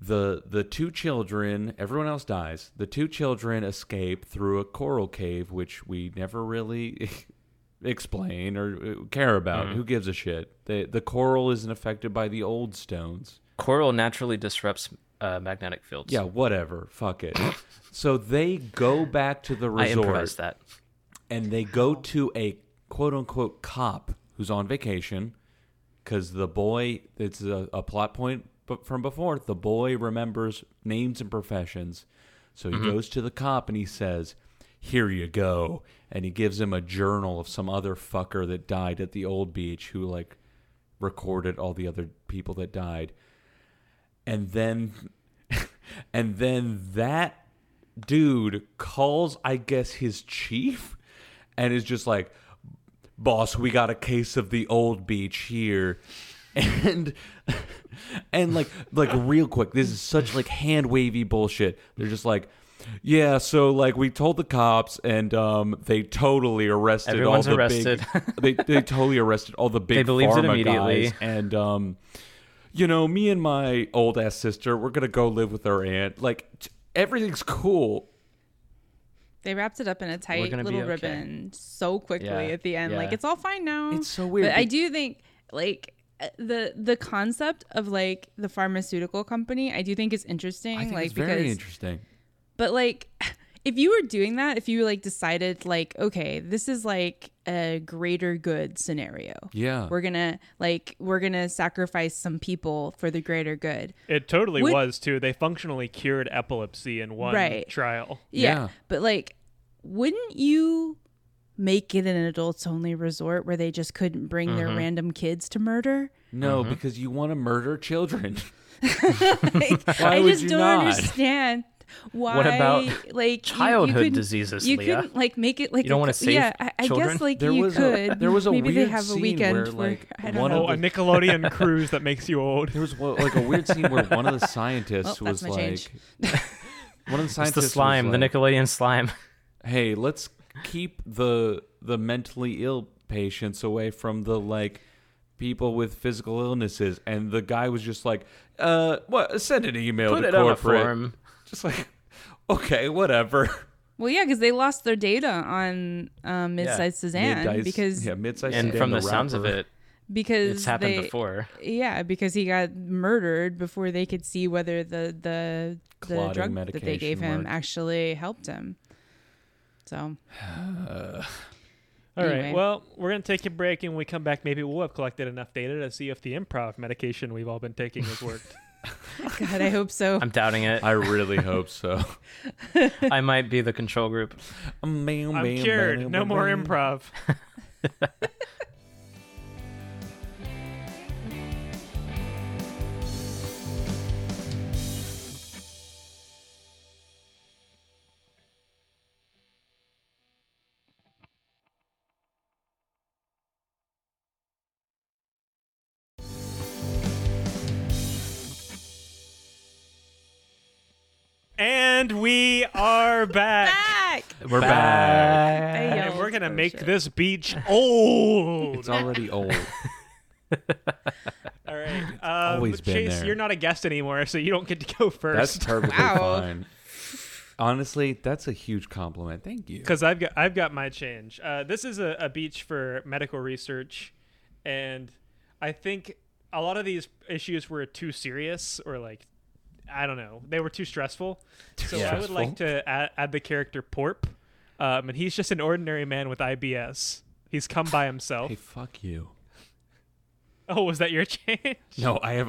[SPEAKER 5] The the two children, everyone else dies. The two children escape through a coral cave, which we never really explain or uh, care about. Who gives a shit? The the coral isn't affected by the old stones.
[SPEAKER 6] Coral naturally disrupts uh, magnetic fields.
[SPEAKER 5] Yeah, whatever. Fuck it. so they go back to the
[SPEAKER 6] I
[SPEAKER 5] resort
[SPEAKER 6] improvised that.
[SPEAKER 5] and they go to a quote unquote cop who's on vacation because the boy, it's a, a plot point but from before. The boy remembers names and professions. So he goes to the cop and he says, Here you go. And he gives him a journal of some other fucker that died at the old beach who, like, recorded all the other people that died. And then, and then that dude calls, I guess, his chief and is just like, boss, we got a case of the old beach here. And and like like real quick, this is such like hand wavy bullshit. They're just like, yeah, so like we told the cops and um they totally arrested
[SPEAKER 6] Everyone's
[SPEAKER 5] all the
[SPEAKER 6] arrested.
[SPEAKER 5] big they they totally arrested all the big
[SPEAKER 6] They believed it
[SPEAKER 5] pharma
[SPEAKER 6] immediately.
[SPEAKER 5] guys and um you know, me and my old ass sister, we're gonna go live with our aunt. Like t- everything's cool.
[SPEAKER 2] They wrapped it up in a tight
[SPEAKER 6] gonna be
[SPEAKER 2] little
[SPEAKER 6] okay.
[SPEAKER 2] ribbon so quickly
[SPEAKER 6] Yeah,
[SPEAKER 2] at the end. Like
[SPEAKER 6] yeah.
[SPEAKER 2] it's all fine now.
[SPEAKER 5] It's so weird
[SPEAKER 2] But I
[SPEAKER 5] be-
[SPEAKER 2] do think like uh, the the concept of like the pharmaceutical company, I do think is interesting.
[SPEAKER 5] I think
[SPEAKER 2] like
[SPEAKER 5] it's very
[SPEAKER 2] because
[SPEAKER 5] interesting.
[SPEAKER 2] But like, if you were doing that, if you like decided like, okay, this is like a greater good scenario.
[SPEAKER 5] Yeah.
[SPEAKER 2] We're gonna like we're gonna sacrifice some people for the greater good.
[SPEAKER 4] It totally
[SPEAKER 2] Would-
[SPEAKER 4] was too. They functionally cured epilepsy in one
[SPEAKER 2] Right.
[SPEAKER 4] trial.
[SPEAKER 2] Yeah.
[SPEAKER 5] Yeah.
[SPEAKER 2] But like, wouldn't you make it an adults only resort where they just couldn't bring their
[SPEAKER 5] Mm-hmm.
[SPEAKER 2] random kids to murder?
[SPEAKER 5] No, because you want to murder children.
[SPEAKER 2] Like, I
[SPEAKER 5] would
[SPEAKER 2] just
[SPEAKER 5] you
[SPEAKER 2] don't
[SPEAKER 5] not?
[SPEAKER 2] understand why
[SPEAKER 6] about
[SPEAKER 2] like you- you
[SPEAKER 6] childhood
[SPEAKER 2] couldn't-
[SPEAKER 6] diseases,
[SPEAKER 2] You
[SPEAKER 6] Leah?
[SPEAKER 2] couldn't like make it like
[SPEAKER 6] You
[SPEAKER 2] a
[SPEAKER 6] don't wanna
[SPEAKER 2] co-
[SPEAKER 6] save
[SPEAKER 2] Yeah, I, I
[SPEAKER 6] children?
[SPEAKER 2] guess like
[SPEAKER 5] There
[SPEAKER 2] you
[SPEAKER 5] was a-
[SPEAKER 2] could.
[SPEAKER 5] there was a
[SPEAKER 2] Maybe
[SPEAKER 5] weird
[SPEAKER 2] they have a
[SPEAKER 5] scene
[SPEAKER 2] weekend
[SPEAKER 5] where, like,
[SPEAKER 2] I don't
[SPEAKER 5] one
[SPEAKER 2] know.
[SPEAKER 4] Oh, a Nickelodeon cruise that makes you old.
[SPEAKER 5] There was well, like a weird scene where one of the scientists
[SPEAKER 2] that's
[SPEAKER 5] was
[SPEAKER 2] my
[SPEAKER 5] like,
[SPEAKER 2] change.
[SPEAKER 5] one of the
[SPEAKER 6] It's
[SPEAKER 5] scientists
[SPEAKER 6] the slime,
[SPEAKER 5] was
[SPEAKER 6] the
[SPEAKER 5] like,
[SPEAKER 6] Nickelodeon slime.
[SPEAKER 5] Hey, let's keep the the mentally ill patients away from the like people with physical illnesses. And the guy was just like, uh, what? Send an email
[SPEAKER 6] Put
[SPEAKER 5] to
[SPEAKER 6] it on a
[SPEAKER 5] corporate.
[SPEAKER 6] form.
[SPEAKER 5] Just like, okay, whatever.
[SPEAKER 2] Well, yeah, because they lost their data on um, Midsize Suzanne
[SPEAKER 5] Mid-dice-
[SPEAKER 2] because
[SPEAKER 5] yeah, mid-sized
[SPEAKER 6] And
[SPEAKER 5] Suzanne,
[SPEAKER 6] from the, sounds of
[SPEAKER 5] rapper.
[SPEAKER 6] it,
[SPEAKER 2] because
[SPEAKER 6] it's happened
[SPEAKER 2] they-
[SPEAKER 6] before.
[SPEAKER 2] Yeah, because he got murdered before they could see whether the the, the
[SPEAKER 5] Clotting
[SPEAKER 2] drug that they gave
[SPEAKER 5] medication
[SPEAKER 2] him
[SPEAKER 5] worked.
[SPEAKER 2] actually helped him. So
[SPEAKER 4] All right.
[SPEAKER 2] Anyway.
[SPEAKER 4] Well, we're gonna take a break, and when we come back, maybe we'll have collected enough data to see if the improv medication we've all been taking has worked.
[SPEAKER 2] God, I hope so.
[SPEAKER 6] I'm doubting it.
[SPEAKER 5] I really hope so.
[SPEAKER 6] I might be the control group.
[SPEAKER 4] I'm cured. No more improv. And we are back.
[SPEAKER 2] back.
[SPEAKER 6] We're back.
[SPEAKER 2] Hey,
[SPEAKER 4] And
[SPEAKER 2] yo.
[SPEAKER 4] we're gonna
[SPEAKER 2] Oh,
[SPEAKER 4] make
[SPEAKER 2] shit.
[SPEAKER 4] this beach old.
[SPEAKER 5] It's already old.
[SPEAKER 4] All right, um,
[SPEAKER 5] always been
[SPEAKER 4] Chase,
[SPEAKER 5] there.
[SPEAKER 4] you're not a guest anymore, so you don't get to go
[SPEAKER 5] That's
[SPEAKER 4] first.
[SPEAKER 5] perfectly
[SPEAKER 2] Wow.
[SPEAKER 5] fine. Honestly, that's a huge compliment. Thank you.
[SPEAKER 4] because I've got I've got my change. Uh, this is a, a beach for medical research, and I think a lot of these issues were too serious or like I don't know they were too stressful. so I would
[SPEAKER 5] stressful.
[SPEAKER 4] like to add, add the character Porp, um, and he's just an ordinary man with IBS. He's come by himself.
[SPEAKER 5] Hey, fuck you.
[SPEAKER 4] Oh, was that your change?
[SPEAKER 5] No, I have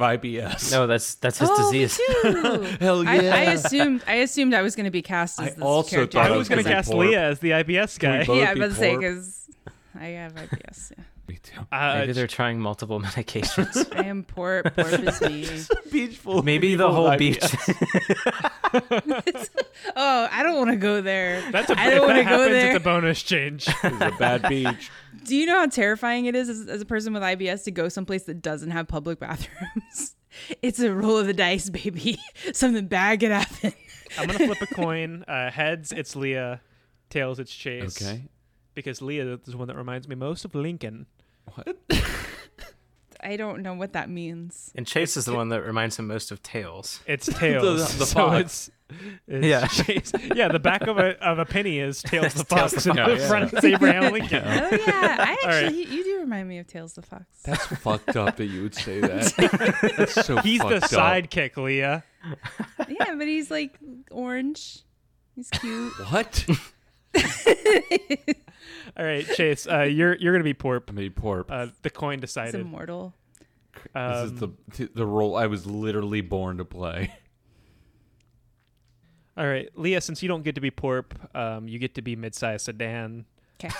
[SPEAKER 5] IBS.
[SPEAKER 6] No, that's that's his
[SPEAKER 2] Oh, me
[SPEAKER 6] disease.
[SPEAKER 2] too.
[SPEAKER 5] Hell
[SPEAKER 2] I,
[SPEAKER 5] yeah.
[SPEAKER 2] I assumed I assumed I was going to be cast as
[SPEAKER 5] I
[SPEAKER 2] this
[SPEAKER 5] also
[SPEAKER 2] character.
[SPEAKER 5] thought
[SPEAKER 4] I was gonna
[SPEAKER 5] gonna be
[SPEAKER 4] cast
[SPEAKER 5] Porp.
[SPEAKER 4] Leah as the IBS guy.
[SPEAKER 5] both-
[SPEAKER 2] yeah, I
[SPEAKER 5] be
[SPEAKER 2] was say
[SPEAKER 5] poor.
[SPEAKER 2] because I have IBS. Yeah.
[SPEAKER 5] Me too.
[SPEAKER 4] Uh,
[SPEAKER 6] Maybe they're trying multiple medications.
[SPEAKER 2] I am poor. Poor is me.
[SPEAKER 5] beach full.
[SPEAKER 6] Maybe the whole beach.
[SPEAKER 2] Oh, I don't want to go there.
[SPEAKER 4] that's a,
[SPEAKER 2] I
[SPEAKER 4] if
[SPEAKER 2] don't
[SPEAKER 4] that
[SPEAKER 2] want to go
[SPEAKER 4] happens,
[SPEAKER 2] there.
[SPEAKER 4] it's a bonus change.
[SPEAKER 5] is a bad beach.
[SPEAKER 2] Do you know how terrifying it is as, as a person with IBS to go someplace that doesn't have public bathrooms? It's a roll of the dice, baby. Something bad could happen.
[SPEAKER 4] I'm gonna flip a coin. Uh, heads, it's Leah. Tails, it's Chase.
[SPEAKER 5] Okay.
[SPEAKER 4] Because Leah is the one that reminds me most of Lincoln.
[SPEAKER 5] What?
[SPEAKER 2] I don't know what that means.
[SPEAKER 6] and Chase is the one that reminds him most of Tails.
[SPEAKER 4] It's Tails.
[SPEAKER 5] the
[SPEAKER 4] so
[SPEAKER 5] fox.
[SPEAKER 4] It's, it's
[SPEAKER 6] Yeah.
[SPEAKER 4] Chase. Yeah, the back of a of a penny is Tails the
[SPEAKER 6] Tails
[SPEAKER 4] fox,
[SPEAKER 6] the
[SPEAKER 4] and the
[SPEAKER 6] fox.
[SPEAKER 4] front is Abraham Lincoln.
[SPEAKER 2] Oh yeah, I
[SPEAKER 4] All right.
[SPEAKER 2] actually you, you do remind me of Tails the Fox.
[SPEAKER 5] That's fucked up that you would say that. That's so
[SPEAKER 4] He's the
[SPEAKER 5] fucked up.
[SPEAKER 4] sidekick, Leah.
[SPEAKER 2] yeah, but he's like orange. He's cute.
[SPEAKER 5] What?
[SPEAKER 4] All right, Chase, uh, you're you're gonna be
[SPEAKER 5] I
[SPEAKER 4] Porp.
[SPEAKER 5] mean, poor.
[SPEAKER 4] Uh, the coin
[SPEAKER 2] He's
[SPEAKER 4] decided.
[SPEAKER 2] immortal.
[SPEAKER 5] this is the th- the role I was literally born to play.
[SPEAKER 4] All right, Leah. Since you don't get to be Porp, um, you get to be mid-sized sedan.
[SPEAKER 2] Okay.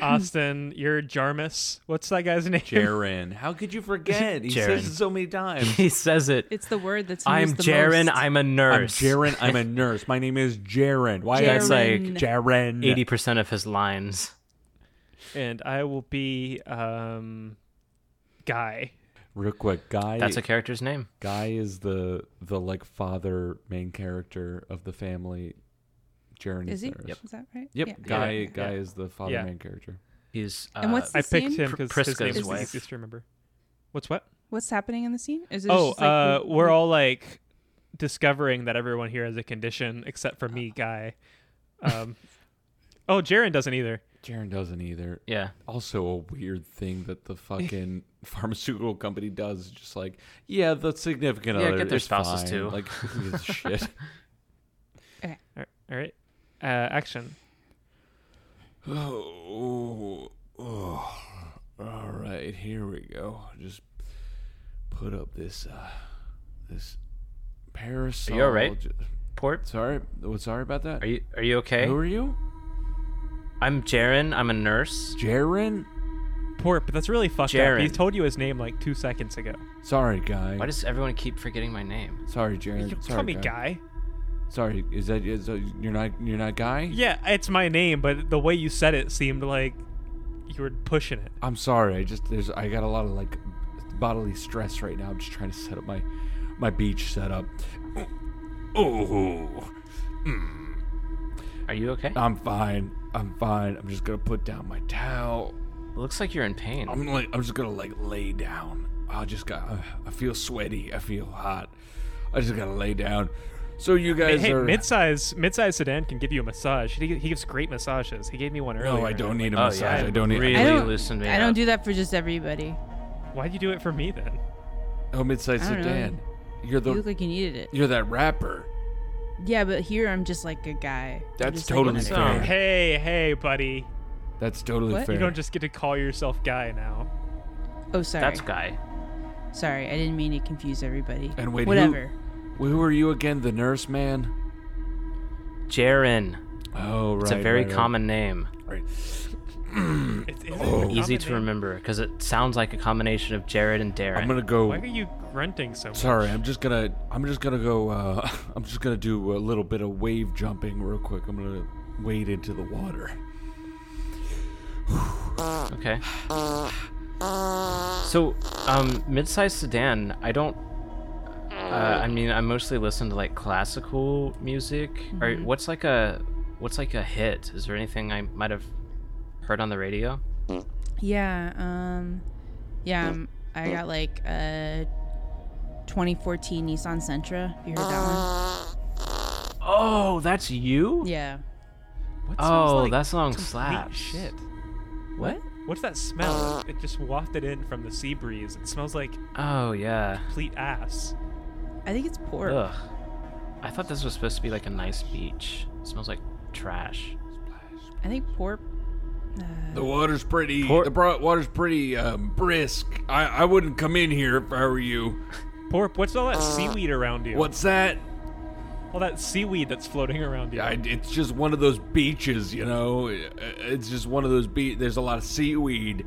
[SPEAKER 4] Austin, you're Jarmus. What's that guy's name?
[SPEAKER 5] Jaren. How could you forget? He says
[SPEAKER 6] Jaren.
[SPEAKER 5] it so many times.
[SPEAKER 6] He says it.
[SPEAKER 2] It's the word that's used
[SPEAKER 6] I'm
[SPEAKER 2] the
[SPEAKER 6] Jaren.
[SPEAKER 2] most.
[SPEAKER 6] I'm a
[SPEAKER 5] I'm
[SPEAKER 6] nurse.
[SPEAKER 5] Jaren. I'm a nurse. My name is Jaren. Why
[SPEAKER 6] That's
[SPEAKER 5] I
[SPEAKER 6] like
[SPEAKER 2] Jaren.
[SPEAKER 5] Jaren?
[SPEAKER 6] Eighty percent of his lines.
[SPEAKER 4] and I will be um, Guy.
[SPEAKER 5] Real quick, guy.
[SPEAKER 6] That's a character's name.
[SPEAKER 5] guy is the the like father main character of the family. Jaren
[SPEAKER 2] Is
[SPEAKER 5] is,
[SPEAKER 2] he?
[SPEAKER 5] theirs.
[SPEAKER 2] Is that right?
[SPEAKER 5] Yep.
[SPEAKER 2] Yeah.
[SPEAKER 5] Guy.
[SPEAKER 4] Yeah.
[SPEAKER 5] Guy
[SPEAKER 4] Yeah.
[SPEAKER 5] is the father
[SPEAKER 4] Yeah.
[SPEAKER 5] main character.
[SPEAKER 6] He's uh,
[SPEAKER 2] And what's
[SPEAKER 4] I
[SPEAKER 2] the
[SPEAKER 4] picked
[SPEAKER 2] scene?
[SPEAKER 4] him because his
[SPEAKER 6] Prisca's
[SPEAKER 4] name is
[SPEAKER 2] wife.
[SPEAKER 4] the easiest to remember. What's what?
[SPEAKER 2] What's happening in the scene? Is it
[SPEAKER 4] oh,
[SPEAKER 2] just like
[SPEAKER 4] uh, we're all like discovering that everyone here has a condition except for
[SPEAKER 2] Oh.
[SPEAKER 4] me, guy. Um, oh, Jaren doesn't either.
[SPEAKER 5] Jaren doesn't either.
[SPEAKER 6] yeah.
[SPEAKER 5] also a weird thing that the fucking pharmaceutical company does is just like yeah the significant
[SPEAKER 6] Yeah,
[SPEAKER 5] other
[SPEAKER 6] get their
[SPEAKER 5] is
[SPEAKER 6] spouses
[SPEAKER 5] fine.
[SPEAKER 6] too.
[SPEAKER 5] like who gives a shit
[SPEAKER 4] All all right, uh, action.
[SPEAKER 5] oh, oh. all right here we go just put up this uh this parasol
[SPEAKER 6] all right?
[SPEAKER 5] Ju-
[SPEAKER 6] Port.
[SPEAKER 5] sorry oh, sorry about that
[SPEAKER 6] Are you Are you okay?
[SPEAKER 5] who are you
[SPEAKER 6] I'm Jaren. I'm a nurse.
[SPEAKER 5] Jaren
[SPEAKER 4] Porp, that's really fucked up. He
[SPEAKER 6] Jaren.
[SPEAKER 4] told you his name like two seconds ago.
[SPEAKER 5] sorry guy
[SPEAKER 6] Why does everyone keep forgetting my name?
[SPEAKER 5] sorry Jaren
[SPEAKER 4] You
[SPEAKER 5] sorry
[SPEAKER 4] call me
[SPEAKER 5] guy.
[SPEAKER 4] guy.
[SPEAKER 5] sorry is that is, uh, you're not you're not guy
[SPEAKER 4] Yeah, it's my name, but the way you said it seemed like you were pushing it.
[SPEAKER 5] I'm sorry. I just there's I got a lot of like bodily stress right now. I'm just trying to set up my my beach setup. Oh,
[SPEAKER 6] Are you okay?
[SPEAKER 5] I'm fine. I'm fine. I'm just gonna put down my towel.
[SPEAKER 6] Looks like you're in pain.
[SPEAKER 5] I'm like I'm just gonna like lay down. I just got I, I feel sweaty. I feel hot. I just gotta lay down. So you guys
[SPEAKER 4] Hey,
[SPEAKER 5] are
[SPEAKER 4] mid-size mid-size sedan can give you a massage. He, he gives great massages. He gave me one earlier.
[SPEAKER 5] no, I
[SPEAKER 4] and
[SPEAKER 5] don't
[SPEAKER 4] I'm
[SPEAKER 5] need a
[SPEAKER 6] oh,
[SPEAKER 5] massage.
[SPEAKER 6] yeah,
[SPEAKER 5] I don't need.
[SPEAKER 6] really
[SPEAKER 2] I don't,
[SPEAKER 6] loosened me
[SPEAKER 2] I don't
[SPEAKER 6] up.
[SPEAKER 2] do that for just everybody.
[SPEAKER 4] like, Why'd you do it for me then?
[SPEAKER 5] oh, mid-sized
[SPEAKER 2] I don't know.
[SPEAKER 5] sedan. You're the
[SPEAKER 2] You look like you needed it.
[SPEAKER 5] you're that rapper.
[SPEAKER 2] Yeah, but here I'm just like a guy. I'm
[SPEAKER 5] That's
[SPEAKER 2] just like
[SPEAKER 5] totally
[SPEAKER 2] another-
[SPEAKER 5] fair.
[SPEAKER 4] Hey, hey, buddy.
[SPEAKER 5] That's totally
[SPEAKER 2] What? You
[SPEAKER 5] fair.
[SPEAKER 4] You don't just get to call yourself guy now.
[SPEAKER 2] Oh, sorry.
[SPEAKER 6] That's guy.
[SPEAKER 2] Sorry, I didn't mean to confuse everybody.
[SPEAKER 5] And wait, who-
[SPEAKER 2] whatever.
[SPEAKER 5] Who are you again? The nurse man.
[SPEAKER 6] Jaren.
[SPEAKER 5] Oh, right.
[SPEAKER 6] It's a very
[SPEAKER 5] right, right.
[SPEAKER 6] common name.
[SPEAKER 5] Right.
[SPEAKER 4] It's, it's
[SPEAKER 6] Easy to remember because it sounds like a combination of Jared and Darren.
[SPEAKER 5] I'm gonna go.
[SPEAKER 4] Why are you grunting so much?
[SPEAKER 5] Sorry, I'm just gonna. I'm just gonna go. Uh, I'm just gonna do a little bit of wave jumping real quick. I'm gonna wade into the water.
[SPEAKER 6] Okay. So, um, mid-sized sedan. I don't. Uh, I mean, I mostly listen to like classical music. Or
[SPEAKER 5] Mm-hmm.
[SPEAKER 6] what's like a what's like a hit? Is there anything I might have heard on the radio?
[SPEAKER 2] Yeah. Um, yeah. um, I got like a 2014 Nissan Sentra. Have You heard that
[SPEAKER 6] Oh, that's you.
[SPEAKER 2] one? Yeah.
[SPEAKER 4] What smells
[SPEAKER 6] Oh,
[SPEAKER 4] like
[SPEAKER 6] that song
[SPEAKER 4] complete
[SPEAKER 6] slaps.
[SPEAKER 4] Shit.
[SPEAKER 6] What?
[SPEAKER 4] What's that smell? It just wafted in from the sea breeze. It smells like
[SPEAKER 6] Oh yeah.
[SPEAKER 4] complete ass.
[SPEAKER 2] I think it's pork.
[SPEAKER 6] Ugh. I thought this was supposed to be like a nice beach. It smells like trash.
[SPEAKER 2] I think pork.
[SPEAKER 7] The water's pretty.
[SPEAKER 6] Por-
[SPEAKER 7] the bro- water's pretty um, brisk. I, I wouldn't come in here if I were you.
[SPEAKER 4] Porp, what's all that seaweed around you?
[SPEAKER 7] What's that?
[SPEAKER 4] all that seaweed that's floating around you?
[SPEAKER 7] I, it's just one of those beaches, you know. It- It's just one of those beach. There's a lot of seaweed.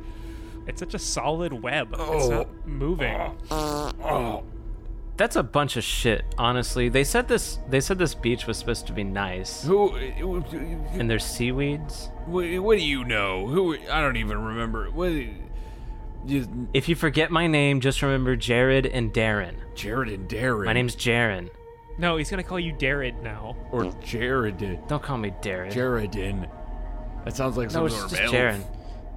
[SPEAKER 4] It's such a solid web. It's not moving.
[SPEAKER 7] Oh,
[SPEAKER 6] That's a bunch of shit, honestly. They said this they said this beach was supposed to be nice.
[SPEAKER 7] who? wh-
[SPEAKER 6] And there's seaweeds.
[SPEAKER 7] What, what do you know? Who? I don't even remember. What? Just
[SPEAKER 6] If you forget my name, just remember Jared and Darren.
[SPEAKER 7] Jared and Darren.
[SPEAKER 6] My name's Jaren.
[SPEAKER 4] No, he's gonna call you Darid now.
[SPEAKER 7] or Jared.
[SPEAKER 6] Don't call me Darren.
[SPEAKER 7] Jaredin. That sounds like some
[SPEAKER 6] no, it's
[SPEAKER 7] sort
[SPEAKER 6] just
[SPEAKER 7] of elf.
[SPEAKER 6] Jaren.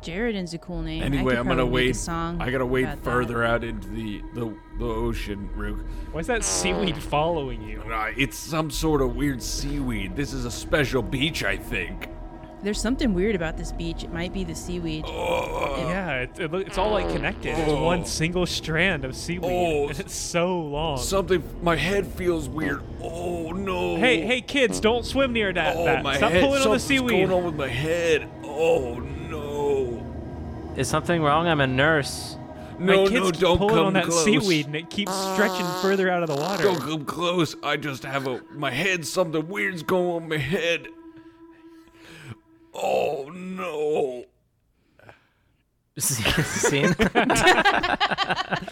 [SPEAKER 2] Jaredin's a cool name. I
[SPEAKER 7] Anyway,
[SPEAKER 2] could
[SPEAKER 7] I'm gonna
[SPEAKER 2] probably make a
[SPEAKER 7] wade.
[SPEAKER 2] Song
[SPEAKER 7] I gotta wade
[SPEAKER 2] about that.
[SPEAKER 7] further out into the the, the ocean, Rook.
[SPEAKER 4] Why is that seaweed
[SPEAKER 7] Mm.
[SPEAKER 4] following you?
[SPEAKER 7] Uh, It's some sort of weird seaweed. This is a special beach, I think.
[SPEAKER 2] There's something weird about this beach. It might be the seaweed.
[SPEAKER 4] Yeah, it, it, loo- it's all like connected. It's one single strand of seaweed,
[SPEAKER 7] Oh.
[SPEAKER 4] and it's so long.
[SPEAKER 7] Something. My head feels weird. Oh no.
[SPEAKER 4] hey, hey, kids, don't swim near that.
[SPEAKER 7] Oh
[SPEAKER 4] that.
[SPEAKER 7] my
[SPEAKER 4] Stop
[SPEAKER 7] head.
[SPEAKER 4] pulling on the
[SPEAKER 7] Something's
[SPEAKER 4] seaweed.
[SPEAKER 7] going on with my head. Oh no.
[SPEAKER 6] Is something wrong? I'm a nurse.
[SPEAKER 7] No,
[SPEAKER 4] my kids
[SPEAKER 7] no,
[SPEAKER 4] keep
[SPEAKER 7] don't
[SPEAKER 4] pulling
[SPEAKER 7] come
[SPEAKER 4] on that
[SPEAKER 7] close.
[SPEAKER 4] seaweed, and it keeps stretching further out of the water.
[SPEAKER 7] Don't come close. I just have a my head. Something weird's going on my head. Oh no.
[SPEAKER 6] Scene?
[SPEAKER 5] I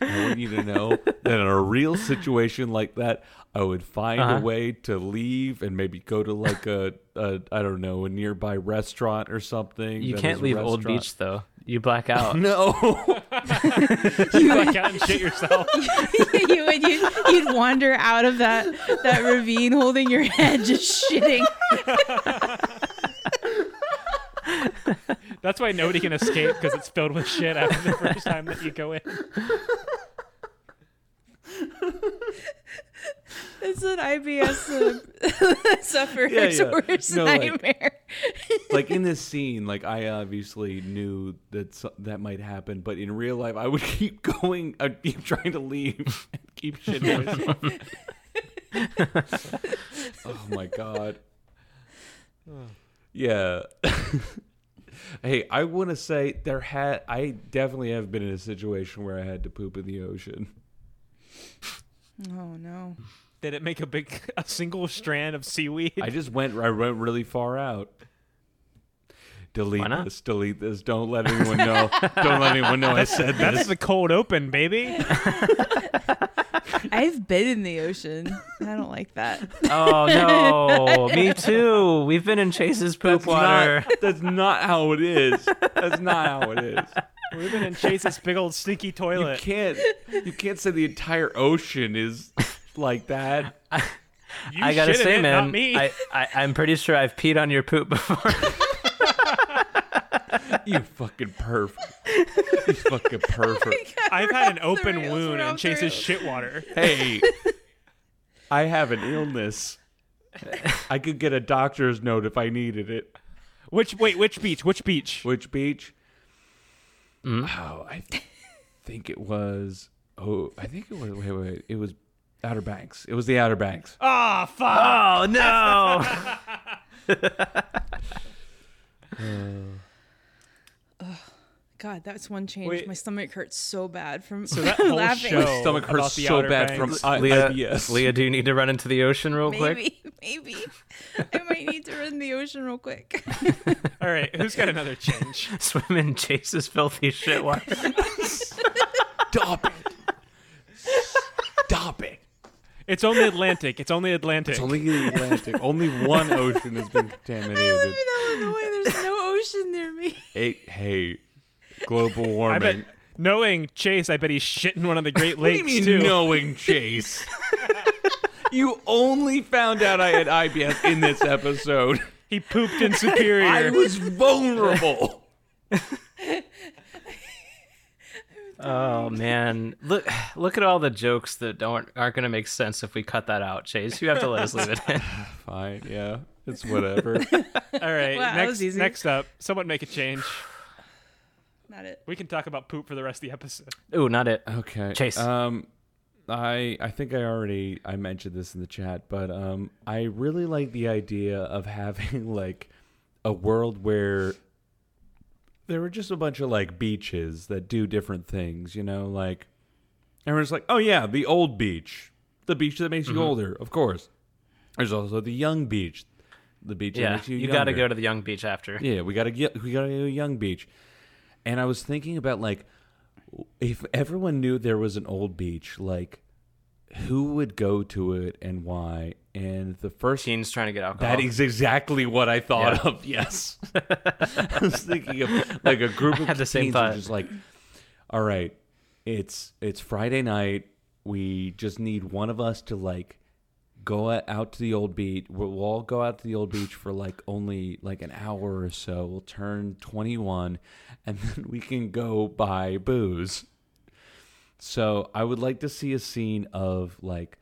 [SPEAKER 5] want you to know that in a real situation like that, I would find a
[SPEAKER 6] Uh-huh.
[SPEAKER 5] way to leave and maybe go to like a, a I don't know, a nearby restaurant or something.
[SPEAKER 6] you
[SPEAKER 5] that is
[SPEAKER 6] can't
[SPEAKER 5] a
[SPEAKER 6] leave Old
[SPEAKER 5] restaurant.
[SPEAKER 6] Beach though. You black out.
[SPEAKER 5] No.
[SPEAKER 4] Back out and shit yourself.
[SPEAKER 2] you would you'd, you'd wander out of that that ravine holding your head just shitting
[SPEAKER 4] That's why nobody can escape because it's filled with shit after the first time that you go in.
[SPEAKER 2] it's an ibs uh, sufferer's
[SPEAKER 5] Yeah, yeah.
[SPEAKER 2] worst
[SPEAKER 5] No, like-
[SPEAKER 2] nightmare
[SPEAKER 5] like in this scene, like I obviously knew that so- that might happen, but in real life, I would keep going. I'd keep trying to leave and keep shitting myself. oh my god. Yeah. hey, I want to say there had I definitely have been in a situation where I had to poop in the ocean.
[SPEAKER 2] oh no
[SPEAKER 4] Did it make a big, a single strand of seaweed?
[SPEAKER 5] I just went I went really far out. Delete
[SPEAKER 6] Why not?
[SPEAKER 5] this. Delete this. Don't let anyone know. Don't let anyone know I said
[SPEAKER 4] That's
[SPEAKER 5] this.
[SPEAKER 4] the cold open, baby.
[SPEAKER 2] i've been in the ocean i don't like that
[SPEAKER 6] Oh no, me too. We've been in Chase's poop water.
[SPEAKER 5] Not, that's not how it is. That's not how it is.
[SPEAKER 4] We've been in Chase's big old stinky
[SPEAKER 5] You
[SPEAKER 4] toilet.
[SPEAKER 5] can't. You can't say the entire ocean is like that.
[SPEAKER 4] You
[SPEAKER 6] I gotta
[SPEAKER 4] shit in
[SPEAKER 6] say,
[SPEAKER 4] it,
[SPEAKER 6] man,
[SPEAKER 4] not me.
[SPEAKER 6] I, I I'm pretty sure I've peed on your poop before.
[SPEAKER 5] You fucking perv. You fucking pervert.
[SPEAKER 4] I've had an
[SPEAKER 2] Off the
[SPEAKER 4] open
[SPEAKER 2] rails,
[SPEAKER 4] wound
[SPEAKER 2] we're
[SPEAKER 4] in
[SPEAKER 2] off the
[SPEAKER 4] Chase's
[SPEAKER 2] rails.
[SPEAKER 4] shit water.
[SPEAKER 5] Hey, I have an illness. I could get a doctor's note if I needed it.
[SPEAKER 4] Which wait, which beach? Which beach?
[SPEAKER 5] Which beach?
[SPEAKER 4] Mm.
[SPEAKER 5] Oh, I th- think it was. Oh, I think it was. Wait, wait. It was Outer Banks. It was the Outer Banks.
[SPEAKER 4] Ah, fuck.
[SPEAKER 6] oh no.
[SPEAKER 2] god that's one change
[SPEAKER 4] Wait.
[SPEAKER 2] my stomach hurts so bad from
[SPEAKER 4] So that whole
[SPEAKER 2] laughing
[SPEAKER 4] show,
[SPEAKER 5] stomach
[SPEAKER 4] Oh, about
[SPEAKER 5] hurts
[SPEAKER 4] the
[SPEAKER 5] so
[SPEAKER 4] Outer
[SPEAKER 5] bad
[SPEAKER 4] Banks.
[SPEAKER 5] from I-
[SPEAKER 6] Leah,
[SPEAKER 5] IBS.
[SPEAKER 6] Leah, do you need to run into the ocean real quick?
[SPEAKER 2] maybe maybe i might need to run the ocean real quick
[SPEAKER 4] All right, who's got another change?
[SPEAKER 6] Swim in Chase's filthy shit water.
[SPEAKER 5] Stop it. Stop it.
[SPEAKER 4] It's only Atlantic. It's only Atlantic.
[SPEAKER 5] It's only the Atlantic. only one ocean has been contaminated.
[SPEAKER 2] in illinois there's no ocean near me
[SPEAKER 5] Hey, hey, global
[SPEAKER 4] I bet
[SPEAKER 5] warming.
[SPEAKER 4] knowing Chase, I bet he's shitting one of the Great
[SPEAKER 5] What do
[SPEAKER 4] Lakes
[SPEAKER 5] you mean
[SPEAKER 4] too.
[SPEAKER 5] knowing Chase? you only found out I had IBS in this episode.
[SPEAKER 4] He pooped in Superior.
[SPEAKER 5] I was vulnerable.
[SPEAKER 6] Oh man, look look at all the jokes that don't aren't going to make sense if we cut that out. Chase, you have to let us leave it in.
[SPEAKER 5] Fine, yeah. It's whatever.
[SPEAKER 4] All right,
[SPEAKER 2] Wow, that
[SPEAKER 4] next
[SPEAKER 2] was easy.
[SPEAKER 4] next up, someone make a change.
[SPEAKER 2] Not it.
[SPEAKER 4] We can talk about poop for the rest of the episode.
[SPEAKER 6] Ooh, not it.
[SPEAKER 5] Okay.
[SPEAKER 6] Chase.
[SPEAKER 5] Um I I think I already I mentioned this in the chat, but um I really like the idea of having like a world where there were just a bunch of like beaches that do different things, you know, like everyone's like, "Oh yeah, the old beach. The beach that
[SPEAKER 6] Mm-hmm.
[SPEAKER 5] makes you older, of course." There's also the young beach. The beach that
[SPEAKER 6] Yeah,
[SPEAKER 5] makes you
[SPEAKER 6] you, got to
[SPEAKER 5] younger.
[SPEAKER 6] go to the Young Beach after.
[SPEAKER 5] Yeah, we gotta get we gotta go to Young Beach. And I was thinking about like if everyone knew there was an old beach, like who would go to it and why? And the first
[SPEAKER 6] Teens trying to get alcohol.
[SPEAKER 5] that is exactly what I thought
[SPEAKER 6] Yeah.
[SPEAKER 5] of. Yes, I was thinking of like a group
[SPEAKER 6] I
[SPEAKER 5] of
[SPEAKER 6] had the same
[SPEAKER 5] teens who
[SPEAKER 6] thought.
[SPEAKER 5] just like, all right, it's it's Friday night. We just need one of us to like go o- out to the old beach. We'll we'll all go out to the old beach for like only like an hour or so. We'll turn twenty one, and then we can go buy booze. So I would like to see a scene of like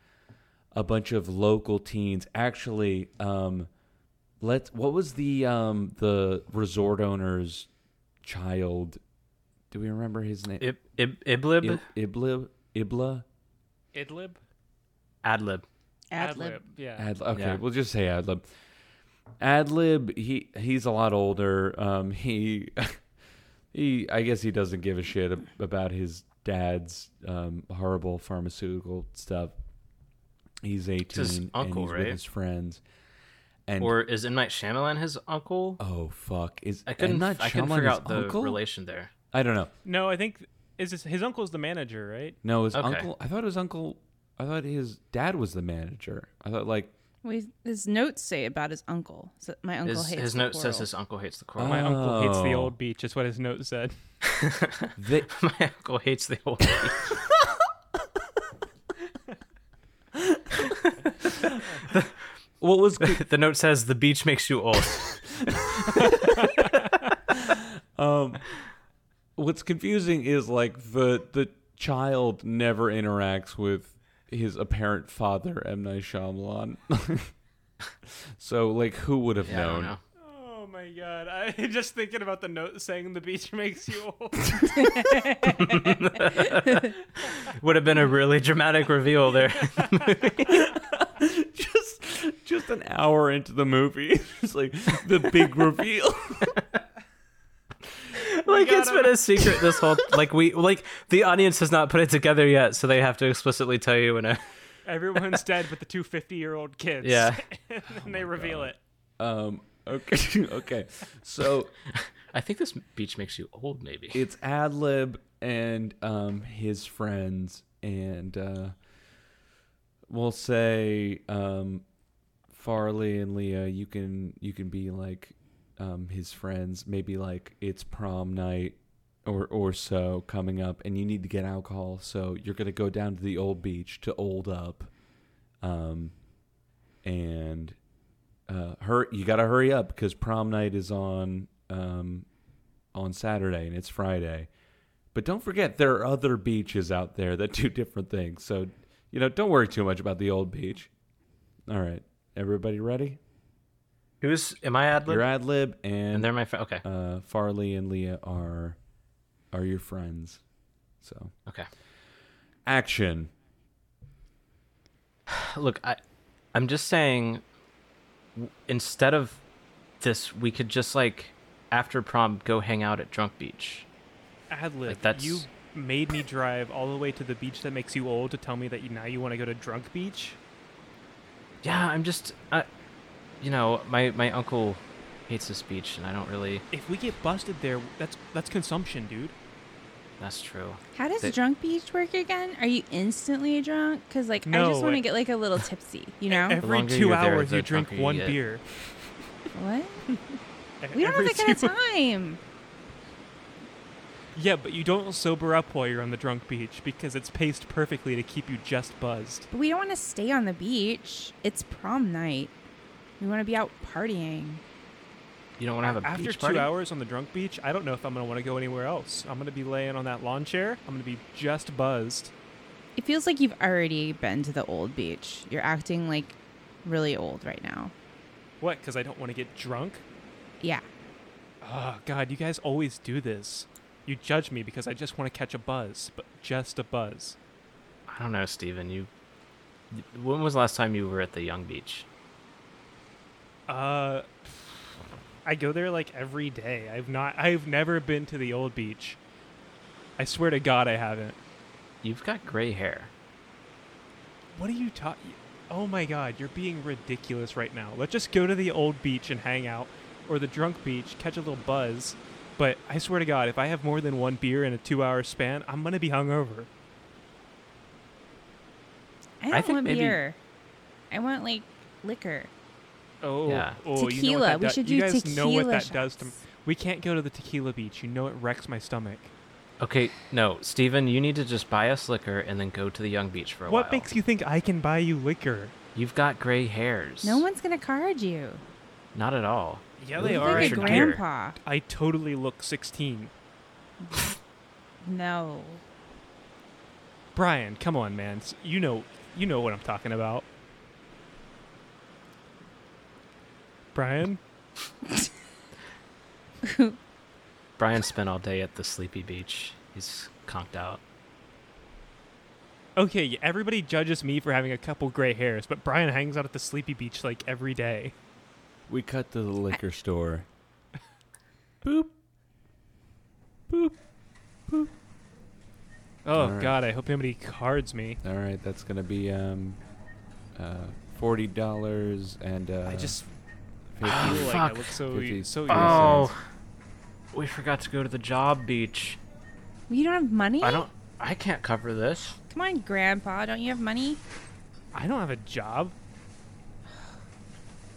[SPEAKER 5] a bunch of local teens. Actually, um, let what was the um the resort owner's child? Do we remember his name?
[SPEAKER 6] Ib, Ib, Iblib,
[SPEAKER 5] I- Ibla Ibla.
[SPEAKER 4] Idlib,
[SPEAKER 6] Adlib.
[SPEAKER 2] Ad lib.
[SPEAKER 4] yeah.
[SPEAKER 5] Ad, okay,
[SPEAKER 6] Yeah.
[SPEAKER 5] we'll just say Adlib. Adlib, he he's a lot older. Um, he he, I guess he doesn't give a shit ab- about his dad's um, horrible pharmaceutical stuff. He's eighteen,
[SPEAKER 6] his uncle,
[SPEAKER 5] and he's with
[SPEAKER 6] right?
[SPEAKER 5] his friends. And
[SPEAKER 6] Or is M Night Shyamalan his uncle?
[SPEAKER 5] oh fuck, is
[SPEAKER 6] I couldn't.
[SPEAKER 5] M. Night
[SPEAKER 6] I couldn't
[SPEAKER 5] Shyamalan
[SPEAKER 6] figure
[SPEAKER 5] his
[SPEAKER 6] out the
[SPEAKER 5] uncle?
[SPEAKER 6] relation there.
[SPEAKER 5] I don't know.
[SPEAKER 4] No, I think is his, his uncle's the manager, right?
[SPEAKER 5] No, his
[SPEAKER 6] Okay.
[SPEAKER 5] uncle. I thought his uncle. I thought his dad was the manager. I thought like
[SPEAKER 2] Wait, his notes say about his uncle. So my uncle
[SPEAKER 6] His,
[SPEAKER 2] hates
[SPEAKER 6] his
[SPEAKER 2] the
[SPEAKER 6] note says
[SPEAKER 2] coral.
[SPEAKER 6] his uncle hates the coral.
[SPEAKER 4] My uncle hates the
[SPEAKER 5] Oh.
[SPEAKER 4] old beach. Is what his note said.
[SPEAKER 5] they,
[SPEAKER 6] My uncle hates the old.
[SPEAKER 5] what was
[SPEAKER 6] the note says the beach makes you old.
[SPEAKER 5] Um, what's confusing is like the the child never interacts with his apparent father, M Night Shyamalan. so like, who would have
[SPEAKER 6] Yeah, I
[SPEAKER 5] known?
[SPEAKER 6] don't know.
[SPEAKER 4] Oh my god! I just thinking about the note saying the beach makes you old.
[SPEAKER 6] Would have been a really dramatic reveal there.
[SPEAKER 5] Just just an hour into the movie, it's like the big reveal.
[SPEAKER 6] like it's been a secret this whole like we like the audience has not put it together yet so they have to explicitly tell you when a,
[SPEAKER 4] Everyone's dead but the two 50 year old kids.
[SPEAKER 6] yeah
[SPEAKER 4] and then
[SPEAKER 6] Oh
[SPEAKER 4] they reveal it.
[SPEAKER 5] um. Okay. Okay. So
[SPEAKER 6] i think this beach makes you old maybe
[SPEAKER 5] it's Adlib and um, his friends, and uh, we'll say um, Farley and Leah. You can you can be like um, his friends. Maybe like it's prom night or or so coming up, and you need to get alcohol, so you're gonna go down to the old beach to old up, um, and uh, hur- you gotta hurry up because prom night is on. Um, on Saturday and it's Friday. But don't forget there are other beaches out there that do different things. So, you know, don't worry too much about the old beach. All right. Everybody ready?
[SPEAKER 6] who's am i ad
[SPEAKER 5] Your
[SPEAKER 6] lib
[SPEAKER 5] ad lib
[SPEAKER 6] and
[SPEAKER 5] and,
[SPEAKER 6] they're my friend okay
[SPEAKER 5] uh, Farley and Leah are are your friends. So
[SPEAKER 6] okay
[SPEAKER 5] action.
[SPEAKER 6] look i i'm just saying w- instead of this we could just like after prom go hang out at drunk beach
[SPEAKER 4] Adlib,
[SPEAKER 6] Like, that's-
[SPEAKER 4] you made me drive all the way to the beach that makes you old to tell me that you, now you want to go to drunk beach.
[SPEAKER 6] yeah i'm just i you know my my uncle hates this beach and i don't really
[SPEAKER 4] If we get busted there, that's that's consumption, dude.
[SPEAKER 6] that's true
[SPEAKER 2] How does
[SPEAKER 6] They-
[SPEAKER 2] drunk beach work again? Are you instantly drunk? Because like I
[SPEAKER 4] No,
[SPEAKER 2] just want
[SPEAKER 4] I-
[SPEAKER 2] to get like a little tipsy,
[SPEAKER 6] E-,
[SPEAKER 2] you know?
[SPEAKER 4] Every
[SPEAKER 6] longer
[SPEAKER 4] two
[SPEAKER 6] you're there,
[SPEAKER 4] hours,
[SPEAKER 6] the
[SPEAKER 4] you drink
[SPEAKER 6] drunker you
[SPEAKER 4] one
[SPEAKER 6] get.
[SPEAKER 4] beer. E,
[SPEAKER 2] what? We don't have
[SPEAKER 4] Every
[SPEAKER 2] that kind of
[SPEAKER 4] two-
[SPEAKER 2] time.
[SPEAKER 4] Yeah, but you don't sober up while you're on the drunk beach because it's paced perfectly to keep you just buzzed.
[SPEAKER 2] But we don't want to stay on the beach. It's prom night. We want to be out partying.
[SPEAKER 6] You don't want to have a
[SPEAKER 4] After
[SPEAKER 6] beach
[SPEAKER 4] two
[SPEAKER 6] party?
[SPEAKER 4] hours on the drunk beach, I don't know if I'm gonna want to go anywhere else. I'm gonna be laying on that lawn chair. I'm gonna be just buzzed.
[SPEAKER 2] It feels like you've already been to the old beach. You're acting like really old right now.
[SPEAKER 4] What? Because I don't want to get drunk?
[SPEAKER 2] Yeah.
[SPEAKER 4] Oh God, you guys always do this. You judge me because I just want to catch a buzz, but just a buzz.
[SPEAKER 6] I don't know, Steven. You. When was the last time you were at the Young Beach?
[SPEAKER 4] Uh, I go there like every day. I've not. I've never been to the old beach. I swear to God, I haven't.
[SPEAKER 6] You've got gray hair.
[SPEAKER 4] What are you talking? Oh my God, you're being ridiculous right now. Let's just go to the old beach and hang out, or the drunk beach, catch a little buzz. But I swear to God, if I have more than one beer in a two-hour span, I'm gonna be hungover.
[SPEAKER 2] I don't
[SPEAKER 6] think
[SPEAKER 2] want
[SPEAKER 6] maybe-
[SPEAKER 2] beer. I want like liquor.
[SPEAKER 4] Oh,
[SPEAKER 6] Yeah.
[SPEAKER 4] oh, You know
[SPEAKER 2] Tequila.
[SPEAKER 4] what that
[SPEAKER 2] We
[SPEAKER 4] do-
[SPEAKER 2] should
[SPEAKER 4] you
[SPEAKER 2] do
[SPEAKER 4] guys know what
[SPEAKER 2] tequila
[SPEAKER 4] that does to. m-
[SPEAKER 2] shots.
[SPEAKER 4] We can't go to the tequila beach. You know it wrecks my stomach.
[SPEAKER 6] Okay, no, Steven, you need to just buy us liquor and then go to the Young Beach for a while.
[SPEAKER 4] What makes you think I can buy you liquor?
[SPEAKER 6] You've got gray hairs.
[SPEAKER 2] No one's gonna card you.
[SPEAKER 6] Not at all.
[SPEAKER 4] Yeah,
[SPEAKER 6] they
[SPEAKER 2] You
[SPEAKER 6] are.
[SPEAKER 2] look like a
[SPEAKER 6] Richard Gere.
[SPEAKER 2] grandpa.
[SPEAKER 4] I totally look 16.
[SPEAKER 2] No.
[SPEAKER 4] Brian, come on, man. S- You know, you know what I'm talking about. Brian,
[SPEAKER 6] Brian spent all day at the sleepy beach. He's conked out.
[SPEAKER 4] okay, yeah, everybody judges me for having a couple gray hairs, but Brian hangs out at the sleepy beach like every day.
[SPEAKER 5] We cut to the liquor store. Boop. Boop.
[SPEAKER 4] Oh
[SPEAKER 5] Alright.
[SPEAKER 4] God, I hope nobody cards me.
[SPEAKER 5] All right, that's gonna be um, uh, forty dollars and uh,
[SPEAKER 4] I just Oh,
[SPEAKER 5] fifty.
[SPEAKER 4] feel like I
[SPEAKER 6] Ah, fuck.
[SPEAKER 4] look so
[SPEAKER 5] Fifty-
[SPEAKER 4] so
[SPEAKER 5] fifty
[SPEAKER 4] young.
[SPEAKER 6] Oh.
[SPEAKER 5] cents.
[SPEAKER 6] We forgot to go to the job beach.
[SPEAKER 2] You don't have money?
[SPEAKER 6] I don't. I can't cover this.
[SPEAKER 2] Come on, grandpa. Don't you have money?
[SPEAKER 4] I don't have a job.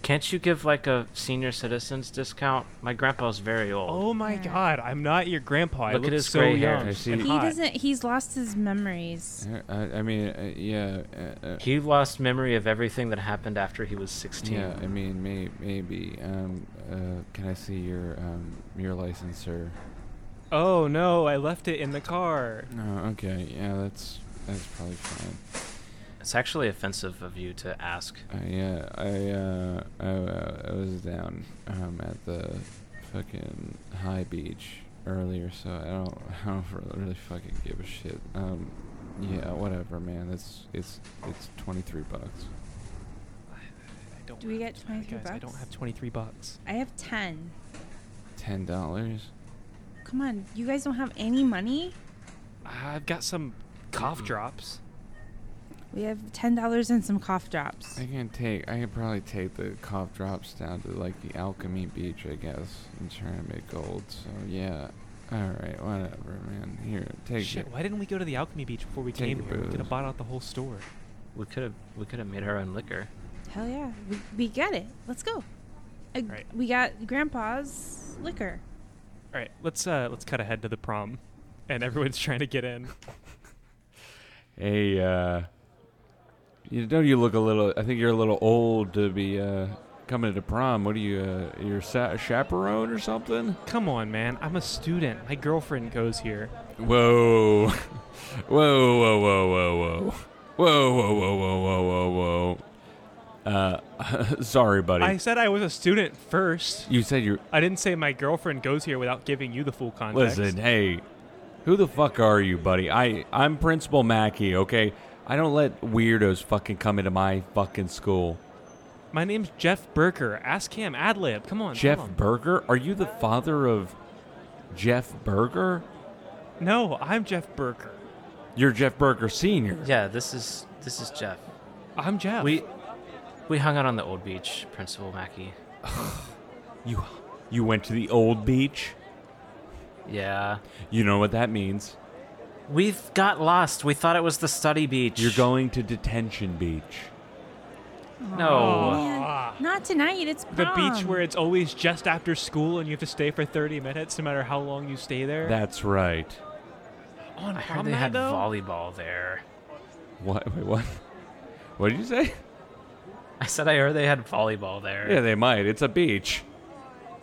[SPEAKER 6] Can't you give like a senior citizens discount? My grandpa's very old.
[SPEAKER 4] Oh my God, I'm not your grandpa. I
[SPEAKER 6] Look at
[SPEAKER 4] look
[SPEAKER 6] his
[SPEAKER 4] so
[SPEAKER 6] gray hair.
[SPEAKER 4] young.
[SPEAKER 5] I see.
[SPEAKER 4] and
[SPEAKER 2] He
[SPEAKER 4] hot.
[SPEAKER 2] doesn't. He's lost his memories.
[SPEAKER 5] Uh, I, I mean, uh, yeah, uh, uh,
[SPEAKER 6] He lost memory of everything that happened after he was 16.
[SPEAKER 5] yeah. I mean, may, maybe. Um, uh, can I see your um, your license, sir?
[SPEAKER 4] Oh no, I left it in the car.
[SPEAKER 5] No, okay, yeah, that's that's probably fine.
[SPEAKER 6] It's actually offensive of you to ask.
[SPEAKER 5] Uh, yeah, I uh, I, uh, I was down um at the fucking high beach earlier, so I don't I don't really- really fucking give a shit. Um, yeah, whatever, man. It's it's it's twenty three bucks.
[SPEAKER 4] I don't
[SPEAKER 2] Do we
[SPEAKER 4] have
[SPEAKER 2] get
[SPEAKER 4] tw-
[SPEAKER 2] 23
[SPEAKER 4] guys, I don't
[SPEAKER 2] bucks?
[SPEAKER 4] have 23 bucks.
[SPEAKER 2] I have ten.
[SPEAKER 5] Ten dollars.
[SPEAKER 2] Come on, you guys don't have any money.
[SPEAKER 4] I've got some
[SPEAKER 6] Mm-hmm.
[SPEAKER 4] cough drops.
[SPEAKER 2] We have ten dollars and some cough drops.
[SPEAKER 5] I can take. I could probably take the cough drops down to like the Alchemy Beach, I guess, and try to make gold. So yeah, all right, whatever, man. Here, take
[SPEAKER 4] Shit,
[SPEAKER 5] it.
[SPEAKER 4] why didn't we go to the Alchemy Beach before we
[SPEAKER 5] Take
[SPEAKER 4] came
[SPEAKER 5] your
[SPEAKER 4] here? We could
[SPEAKER 5] booze.
[SPEAKER 4] have bought out the whole store.
[SPEAKER 6] We could have we could have made our own liquor.
[SPEAKER 2] Hell yeah, we, we get it. Let's go. Uh,
[SPEAKER 4] Right.
[SPEAKER 2] We got grandpa's liquor.
[SPEAKER 4] All right, let's uh let's cut ahead to the prom,
[SPEAKER 6] Mm-hmm.
[SPEAKER 4] and everyone's trying to get in.
[SPEAKER 5] Hey, uh, you know you look a little. I think you're a little old to be uh, coming to prom. What are you? Uh, you're sa- chaperone or something?
[SPEAKER 4] Come on, man, I'm a student. My girlfriend goes here.
[SPEAKER 5] Whoa, whoa, whoa, whoa, whoa, whoa, whoa, whoa, whoa, whoa, whoa, whoa, whoa. Uh, sorry, buddy.
[SPEAKER 4] I said I was a student first.
[SPEAKER 5] you said you're.
[SPEAKER 4] I didn't say my girlfriend goes here without giving you the full context.
[SPEAKER 5] Listen, hey, who the fuck are you, buddy? I I'm Principal Mackey. Okay, I don't let weirdos fucking come into my fucking school.
[SPEAKER 4] my name's Jeff Burker. Ask him. Ad lib. Come on.
[SPEAKER 5] Jeff
[SPEAKER 4] tell him.
[SPEAKER 5] Berger? Are you the father of Jeff Berger?
[SPEAKER 4] No, I'm Jeff Burker.
[SPEAKER 5] You're Jeff Berger Sr.
[SPEAKER 6] Yeah, this is this is Jeff.
[SPEAKER 4] I'm Jeff.
[SPEAKER 6] We we hung out on the old beach, Principal Mackey.
[SPEAKER 5] You you went to the old beach?
[SPEAKER 6] Yeah.
[SPEAKER 5] You know what that means.
[SPEAKER 6] We've got lost. We thought it was the study beach.
[SPEAKER 5] You're going to detention beach.
[SPEAKER 6] No.
[SPEAKER 1] Oh.
[SPEAKER 2] Man, not tonight. It's prom.
[SPEAKER 4] The beach where it's always just after school and you have to stay for 30 minutes no matter how long you stay there.
[SPEAKER 5] That's right.
[SPEAKER 4] On
[SPEAKER 6] I heard
[SPEAKER 4] prom
[SPEAKER 6] they
[SPEAKER 4] night,
[SPEAKER 6] had
[SPEAKER 4] though?
[SPEAKER 6] volleyball there.
[SPEAKER 5] What? Wait, what? What did you say?
[SPEAKER 6] I said I heard they had volleyball there.
[SPEAKER 5] Yeah, they might. It's a beach.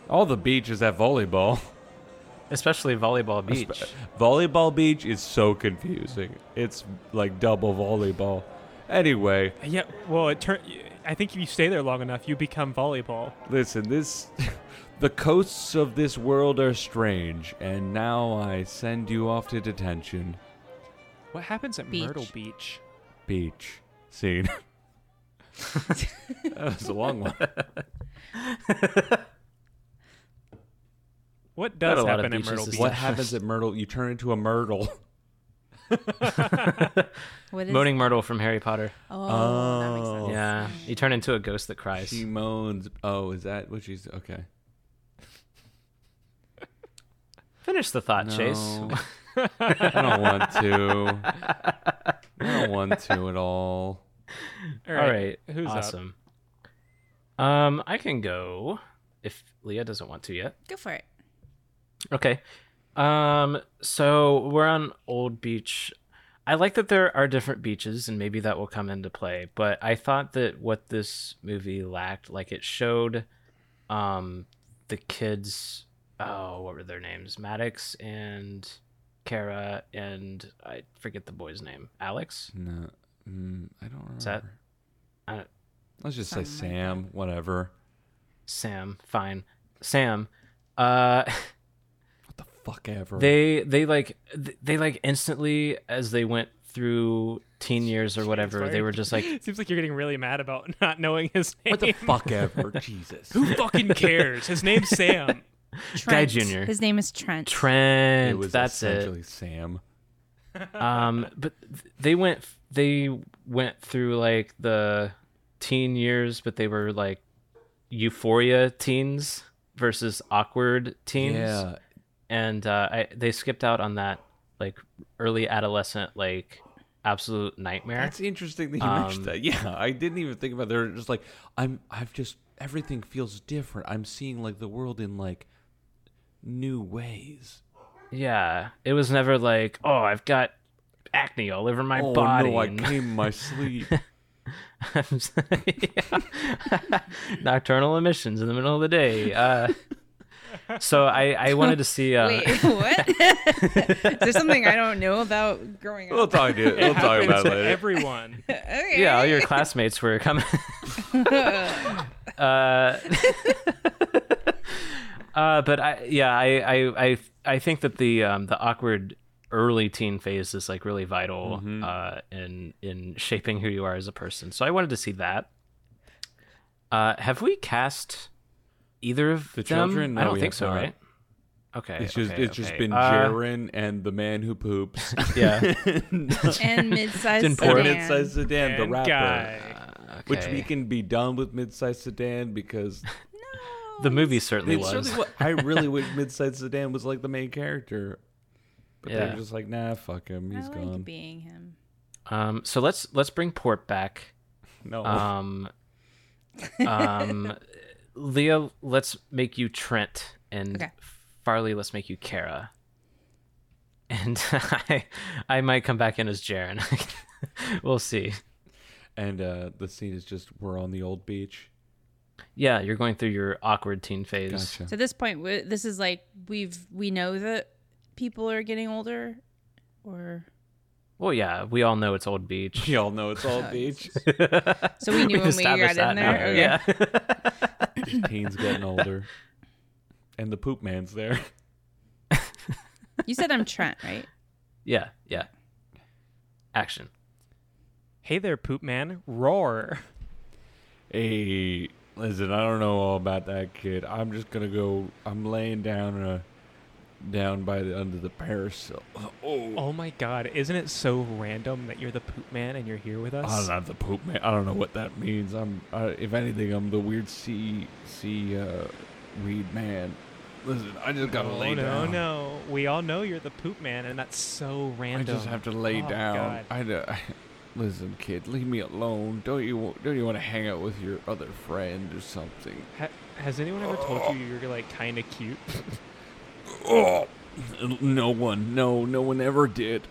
[SPEAKER 5] All the beaches have volleyball.
[SPEAKER 6] Especially volleyball beach.
[SPEAKER 5] Volleyball beach is so confusing. It's like double volleyball. Anyway,
[SPEAKER 4] Yeah, well, it turn. I think if you stay there long enough, you become volleyball.
[SPEAKER 5] listen, this the coasts of this world are strange, and now I send you off to detention.
[SPEAKER 4] What happens at
[SPEAKER 2] Beach.
[SPEAKER 4] Myrtle Beach?
[SPEAKER 5] Beach scene. that was a long one.
[SPEAKER 4] What
[SPEAKER 6] Got
[SPEAKER 4] does
[SPEAKER 6] a lot of
[SPEAKER 4] happen at
[SPEAKER 6] beaches
[SPEAKER 4] Myrtle
[SPEAKER 6] to
[SPEAKER 4] Beach?
[SPEAKER 5] What happens at Myrtle? You turn into a Myrtle.
[SPEAKER 2] What is-
[SPEAKER 6] Moaning Myrtle from Harry Potter.
[SPEAKER 2] Oh, that makes sense.
[SPEAKER 6] Yeah. You turn into a ghost that cries.
[SPEAKER 5] Oh. She moans. Oh, is that what she's? Okay.
[SPEAKER 6] Finish the thought, Chase.
[SPEAKER 5] No. I don't want to. I don't want to at all.
[SPEAKER 6] All right.
[SPEAKER 4] Who's up?
[SPEAKER 6] awesome. Um, I can go if Leah doesn't want to yet.
[SPEAKER 2] Go for it.
[SPEAKER 6] Okay. Um, so we're on Old Beach. I like that there are different beaches and maybe that will come into play, but I thought that what this movie lacked, like it showed um the kids oh, what were their names? Maddox and Kara and I forget the boy's name. Alex?
[SPEAKER 5] No, mm, I don't remember.
[SPEAKER 6] that- I don't-
[SPEAKER 5] Let's just say Sam. whatever.
[SPEAKER 6] Sam, fine. Sam. Uh
[SPEAKER 5] What the fuck ever.
[SPEAKER 6] they they like th- they like instantly as they went through teen years or whatever they were just like
[SPEAKER 4] Seems like you're getting really mad about not knowing his name.
[SPEAKER 5] what the fuck ever. Jesus.
[SPEAKER 4] Who fucking cares? His name's Sam.
[SPEAKER 6] guy
[SPEAKER 2] Trent.
[SPEAKER 6] junior
[SPEAKER 2] His name is Trent.
[SPEAKER 6] trent
[SPEAKER 5] It was
[SPEAKER 6] that's
[SPEAKER 5] essentially
[SPEAKER 6] it
[SPEAKER 5] Sam.
[SPEAKER 6] um but th- they went they went through like the teen years but they were like euphoria teens versus awkward teens
[SPEAKER 5] Yeah.
[SPEAKER 6] and uh, I, they skipped out on that like early adolescent like absolute nightmare
[SPEAKER 5] That's interesting that you
[SPEAKER 6] Um,
[SPEAKER 5] mentioned that. Yeah, I didn't even think about. They're just like I'm. I've just everything feels different. I'm seeing like the world in like new ways.
[SPEAKER 6] Yeah, it was never like, oh, I've got acne all over my
[SPEAKER 5] oh
[SPEAKER 6] body.
[SPEAKER 5] no! I
[SPEAKER 6] and-
[SPEAKER 5] came in my sleep.
[SPEAKER 6] I'm sorry. Nocturnal emissions in the middle of the day. Uh, so I, I wanted to see. Uh,
[SPEAKER 2] Wait, what? is there something I don't know about growing up?
[SPEAKER 5] we'll talk to. We'll talk
[SPEAKER 4] Happens
[SPEAKER 5] about it
[SPEAKER 4] to
[SPEAKER 5] later.
[SPEAKER 4] everyone.
[SPEAKER 2] Okay.
[SPEAKER 6] Yeah, all your classmates were coming. uh, uh, but I, yeah, I, I, I, I think that the um, the awkward early teen phase is like really vital
[SPEAKER 5] Mm-hmm.
[SPEAKER 6] uh, in in shaping who you are as a person. So I wanted to see that. Uh, have we cast either of them?
[SPEAKER 5] The children?
[SPEAKER 6] I
[SPEAKER 5] No,
[SPEAKER 6] don't
[SPEAKER 5] we
[SPEAKER 6] think
[SPEAKER 5] have
[SPEAKER 6] so,
[SPEAKER 5] not.
[SPEAKER 6] right? Okay,
[SPEAKER 5] It's just
[SPEAKER 6] okay,
[SPEAKER 5] it's just
[SPEAKER 6] okay.
[SPEAKER 5] been
[SPEAKER 6] Uh,
[SPEAKER 5] Jaren and the man who poops.
[SPEAKER 6] yeah.
[SPEAKER 2] And mid-sized
[SPEAKER 6] It's
[SPEAKER 5] or
[SPEAKER 6] important.
[SPEAKER 2] sedan.
[SPEAKER 5] mid-sized sedan, the
[SPEAKER 4] And
[SPEAKER 5] rapper.
[SPEAKER 4] guy.
[SPEAKER 5] Which we
[SPEAKER 6] uh, Okay.
[SPEAKER 5] can be done with mid-sized sedan because
[SPEAKER 6] The movie certainly
[SPEAKER 5] it
[SPEAKER 6] was.
[SPEAKER 5] certainly wa- I really wish mid-sized sedan was like the main character, but
[SPEAKER 6] Yeah.
[SPEAKER 5] they're just like, nah, fuck him,
[SPEAKER 2] I
[SPEAKER 5] he's
[SPEAKER 2] like
[SPEAKER 5] gone.
[SPEAKER 2] being him.
[SPEAKER 6] Um, so let's let's bring Port back.
[SPEAKER 5] no,
[SPEAKER 2] Oh.
[SPEAKER 6] Um, um, Leah, let's make you Trent, and
[SPEAKER 2] Okay.
[SPEAKER 6] Farley, let's make you Kara. And I, I might come back in as Jaren. we'll see.
[SPEAKER 5] and uh, the scene is just we're on the old beach.
[SPEAKER 6] Yeah, you're going through your awkward teen phase.
[SPEAKER 5] Gotcha.
[SPEAKER 2] So at this point, we- this is like we've we know that people are getting older, or
[SPEAKER 6] Well, yeah, we all know it's Old Beach.
[SPEAKER 5] Y'all know it's all beach.
[SPEAKER 2] so we knew
[SPEAKER 6] We've
[SPEAKER 2] when we got
[SPEAKER 6] established
[SPEAKER 2] in there.
[SPEAKER 6] that now.
[SPEAKER 2] Okay.
[SPEAKER 6] Yeah.
[SPEAKER 5] Teens getting older, and the poop man's there.
[SPEAKER 2] You said I'm Trent, right?
[SPEAKER 6] yeah, yeah. Action.
[SPEAKER 4] Hey there, poop man. Roar.
[SPEAKER 5] Hey, listen, I don't know all about that kid. I'm just gonna go. I'm laying down uh, down by the under the parasol. Oh,
[SPEAKER 4] Oh my god, isn't it so random that you're the poop man and you're here with
[SPEAKER 5] I
[SPEAKER 4] us?
[SPEAKER 5] don't have the poop man. I don't know what that means. I'm, I, if anything, I'm the weird sea sea uh, weed man. Listen, I just gotta
[SPEAKER 4] oh
[SPEAKER 5] lay
[SPEAKER 4] no,
[SPEAKER 5] down.
[SPEAKER 4] no. We all know you're the poop man and that's so
[SPEAKER 5] I
[SPEAKER 4] random.
[SPEAKER 5] just have to lay
[SPEAKER 4] Oh,
[SPEAKER 5] down.
[SPEAKER 4] God.
[SPEAKER 5] I, d- I Listen, kid, leave me alone. Don't you wa- don't you want to hang out with your other friend or something?
[SPEAKER 4] Ha- has anyone ever told you you're like kind of cute?
[SPEAKER 5] Oh, no one, no, no one ever did.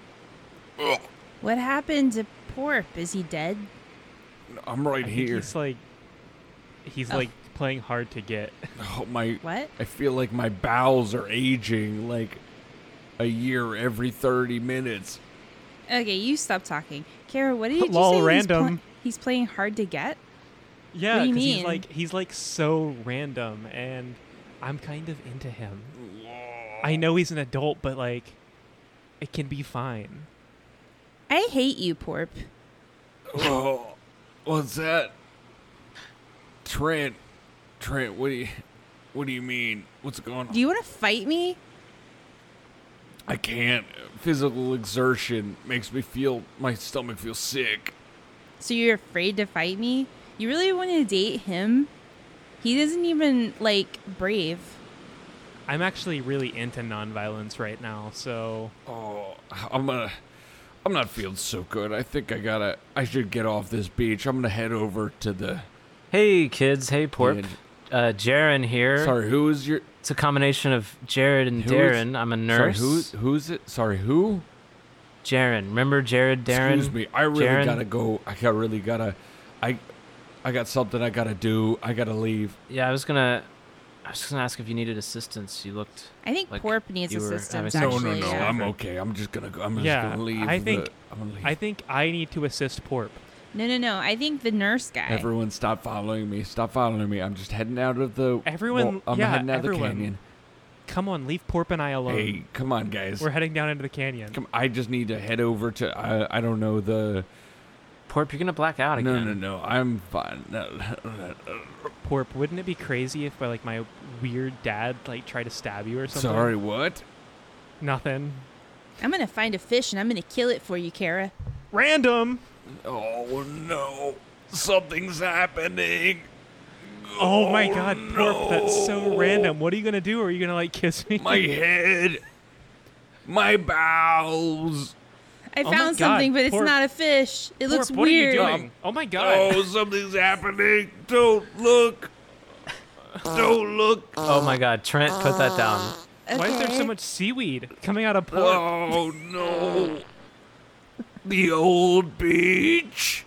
[SPEAKER 5] Ugh,
[SPEAKER 2] What happened to Porp? Is he dead?
[SPEAKER 5] I'm right
[SPEAKER 4] I think
[SPEAKER 5] here.
[SPEAKER 4] He's like, he's
[SPEAKER 2] Oh.
[SPEAKER 4] like playing hard to get.
[SPEAKER 5] Oh, my,
[SPEAKER 2] What?
[SPEAKER 5] I feel like my bowels are aging like a year every thirty minutes.
[SPEAKER 2] Okay, you stop talking. Kara, what did you
[SPEAKER 4] Lol,
[SPEAKER 2] say? He's,
[SPEAKER 4] random.
[SPEAKER 2] pla- he's playing hard to get?
[SPEAKER 4] Yeah,
[SPEAKER 2] do you
[SPEAKER 4] 'cause he's
[SPEAKER 2] mean?
[SPEAKER 4] like he's like so random, and I'm kind of into him. I know he's an adult, but like, it can be fine.
[SPEAKER 2] I hate you, Porp.
[SPEAKER 5] Oh, what's that? Trent, Trent, what do you, what do you mean? What's going on?
[SPEAKER 2] Do you want to fight me?
[SPEAKER 5] I can't. Physical exertion makes me feel my stomach feels sick.
[SPEAKER 2] So you're afraid to fight me? You really want to date him? He isn't even, like, brave.
[SPEAKER 4] I'm actually really into nonviolence right now, so
[SPEAKER 5] Oh, I'm gonna. I'm not feeling so good. I think I gotta. I should get off this beach. I'm gonna head over to the.
[SPEAKER 6] Hey kids, hey Porp.
[SPEAKER 5] Yeah.
[SPEAKER 6] Uh, Jaren here.
[SPEAKER 5] Sorry, who is your?
[SPEAKER 6] It's a combination of Jared and
[SPEAKER 5] Who's-
[SPEAKER 6] Darren. I'm a nurse.
[SPEAKER 5] Sorry, who? Who's it? Sorry, who?
[SPEAKER 6] Jaren. Remember Jared, Darren?
[SPEAKER 5] Excuse me. I really
[SPEAKER 6] Jaren?
[SPEAKER 5] gotta go. I got really gotta. I. I got something I gotta do. I gotta leave.
[SPEAKER 6] Yeah, I was gonna. I was just gonna ask if you needed assistance. You looked.
[SPEAKER 2] I think
[SPEAKER 6] Like,
[SPEAKER 2] Porp needs
[SPEAKER 6] you were
[SPEAKER 2] assistance,
[SPEAKER 6] having
[SPEAKER 5] No,
[SPEAKER 2] actually.
[SPEAKER 6] sex.
[SPEAKER 5] no, no.
[SPEAKER 2] yeah.
[SPEAKER 5] I'm okay. I'm just gonna. go. I'm just
[SPEAKER 4] Yeah,
[SPEAKER 5] gonna leave.
[SPEAKER 4] I
[SPEAKER 5] the-
[SPEAKER 4] think-
[SPEAKER 5] I'm gonna leave.
[SPEAKER 4] I think I need to assist Porp.
[SPEAKER 2] no, no, no. I think the nurse guy.
[SPEAKER 5] Everyone, stop following me. Stop following me. I'm just heading out of the.
[SPEAKER 4] Everyone-
[SPEAKER 5] well, I'm
[SPEAKER 4] yeah,
[SPEAKER 5] heading out of the
[SPEAKER 4] everyone.
[SPEAKER 5] canyon.
[SPEAKER 4] Come on, leave Porp and I alone.
[SPEAKER 5] Hey, come on, guys.
[SPEAKER 4] We're heading down into the canyon.
[SPEAKER 5] Come, I just need to head over to. I, I don't know the.
[SPEAKER 6] Porp, you're gonna black out again.
[SPEAKER 5] No, no, no. I'm fine. No,
[SPEAKER 4] Porp, wouldn't it be crazy if like my weird dad like tried to stab you or something?
[SPEAKER 5] sorry, what?
[SPEAKER 4] Nothing.
[SPEAKER 2] I'm going to find a fish and I'm going to kill it for you, Kara.
[SPEAKER 4] Random.
[SPEAKER 5] Oh no, something's happening.
[SPEAKER 4] Oh, my god, Porp, that's so random. What are you gonna do? Are you gonna like kiss me?
[SPEAKER 5] My head, my bowels.
[SPEAKER 2] I
[SPEAKER 4] Oh my
[SPEAKER 2] found
[SPEAKER 4] God,
[SPEAKER 2] something, but it's
[SPEAKER 4] Porp.
[SPEAKER 2] not a fish. It looks
[SPEAKER 4] Porp, what
[SPEAKER 2] weird.
[SPEAKER 4] are you doing? Oh my god.
[SPEAKER 5] Oh, something's happening. Don't look. Don't look.
[SPEAKER 6] Oh my God, Trent, put that down.
[SPEAKER 4] Why is there so
[SPEAKER 2] Okay.
[SPEAKER 4] much seaweed coming out of Porp?
[SPEAKER 5] Oh no. The old beach.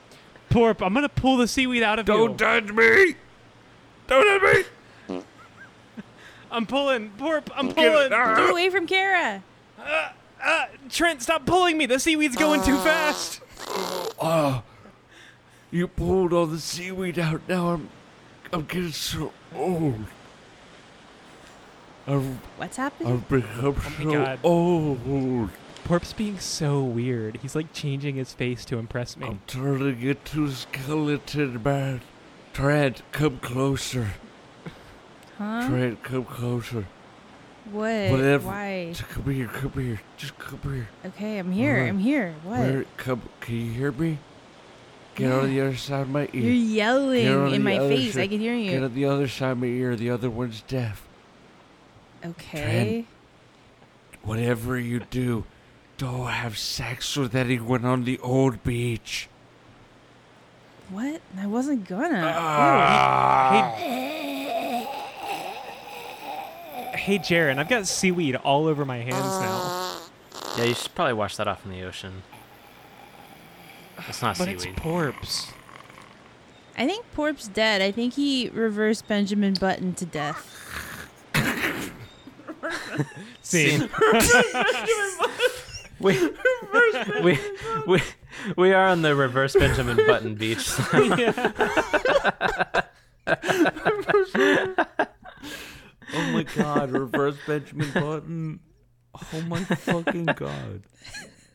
[SPEAKER 4] Porp, I'm gonna pull the seaweed out of
[SPEAKER 5] Don't
[SPEAKER 4] you.
[SPEAKER 5] touch me. Don't touch me.
[SPEAKER 4] I'm pulling. Porp, I'm
[SPEAKER 5] Get
[SPEAKER 4] pulling.
[SPEAKER 2] Get away from Kara.
[SPEAKER 4] Uh, Trent, stop pulling me. The seaweed's going
[SPEAKER 2] Ah.
[SPEAKER 4] too fast.
[SPEAKER 5] You pulled all the seaweed out. Now I'm, I'm getting so old. I've,
[SPEAKER 2] What's happening?
[SPEAKER 5] I've become
[SPEAKER 4] Oh my
[SPEAKER 5] so
[SPEAKER 4] God.
[SPEAKER 5] old.
[SPEAKER 4] Porp's being so weird. He's like changing his face to impress me.
[SPEAKER 5] I'm turning into a skeleton man. Trent, come closer.
[SPEAKER 2] huh?
[SPEAKER 5] Trent, come closer.
[SPEAKER 2] What?
[SPEAKER 5] Whatever.
[SPEAKER 2] Why?
[SPEAKER 5] Just come here, come here, just come here.
[SPEAKER 2] Okay, I'm here. I'm here. What?
[SPEAKER 5] Uh-huh. Where? Come. Can you hear me? Get on the other side of my
[SPEAKER 2] You're
[SPEAKER 5] ear. Get on
[SPEAKER 2] yelling in
[SPEAKER 5] the
[SPEAKER 2] my
[SPEAKER 5] other
[SPEAKER 2] face.
[SPEAKER 5] side-
[SPEAKER 2] I can hear
[SPEAKER 5] Get
[SPEAKER 2] you.
[SPEAKER 5] on the other side of my ear. The other one's deaf.
[SPEAKER 2] Okay.
[SPEAKER 5] Whatever you do, don't have sex with anyone on the old beach.
[SPEAKER 2] What? I wasn't gonna.
[SPEAKER 4] Ah. Oh. Hey, hey, Jaren, I've got seaweed all over my hands
[SPEAKER 2] Ah.
[SPEAKER 4] now.
[SPEAKER 6] Yeah, you should probably wash that off in the ocean. It's not
[SPEAKER 4] But it's
[SPEAKER 6] seaweed.
[SPEAKER 4] Porp's.
[SPEAKER 2] I think Porp's dead. I think he reversed Benjamin Button to death.
[SPEAKER 4] Scene.
[SPEAKER 6] we, we, we, we are on the reverse Benjamin Button beach.
[SPEAKER 8] Oh my god, reverse Benjamin Button. Oh my fucking god.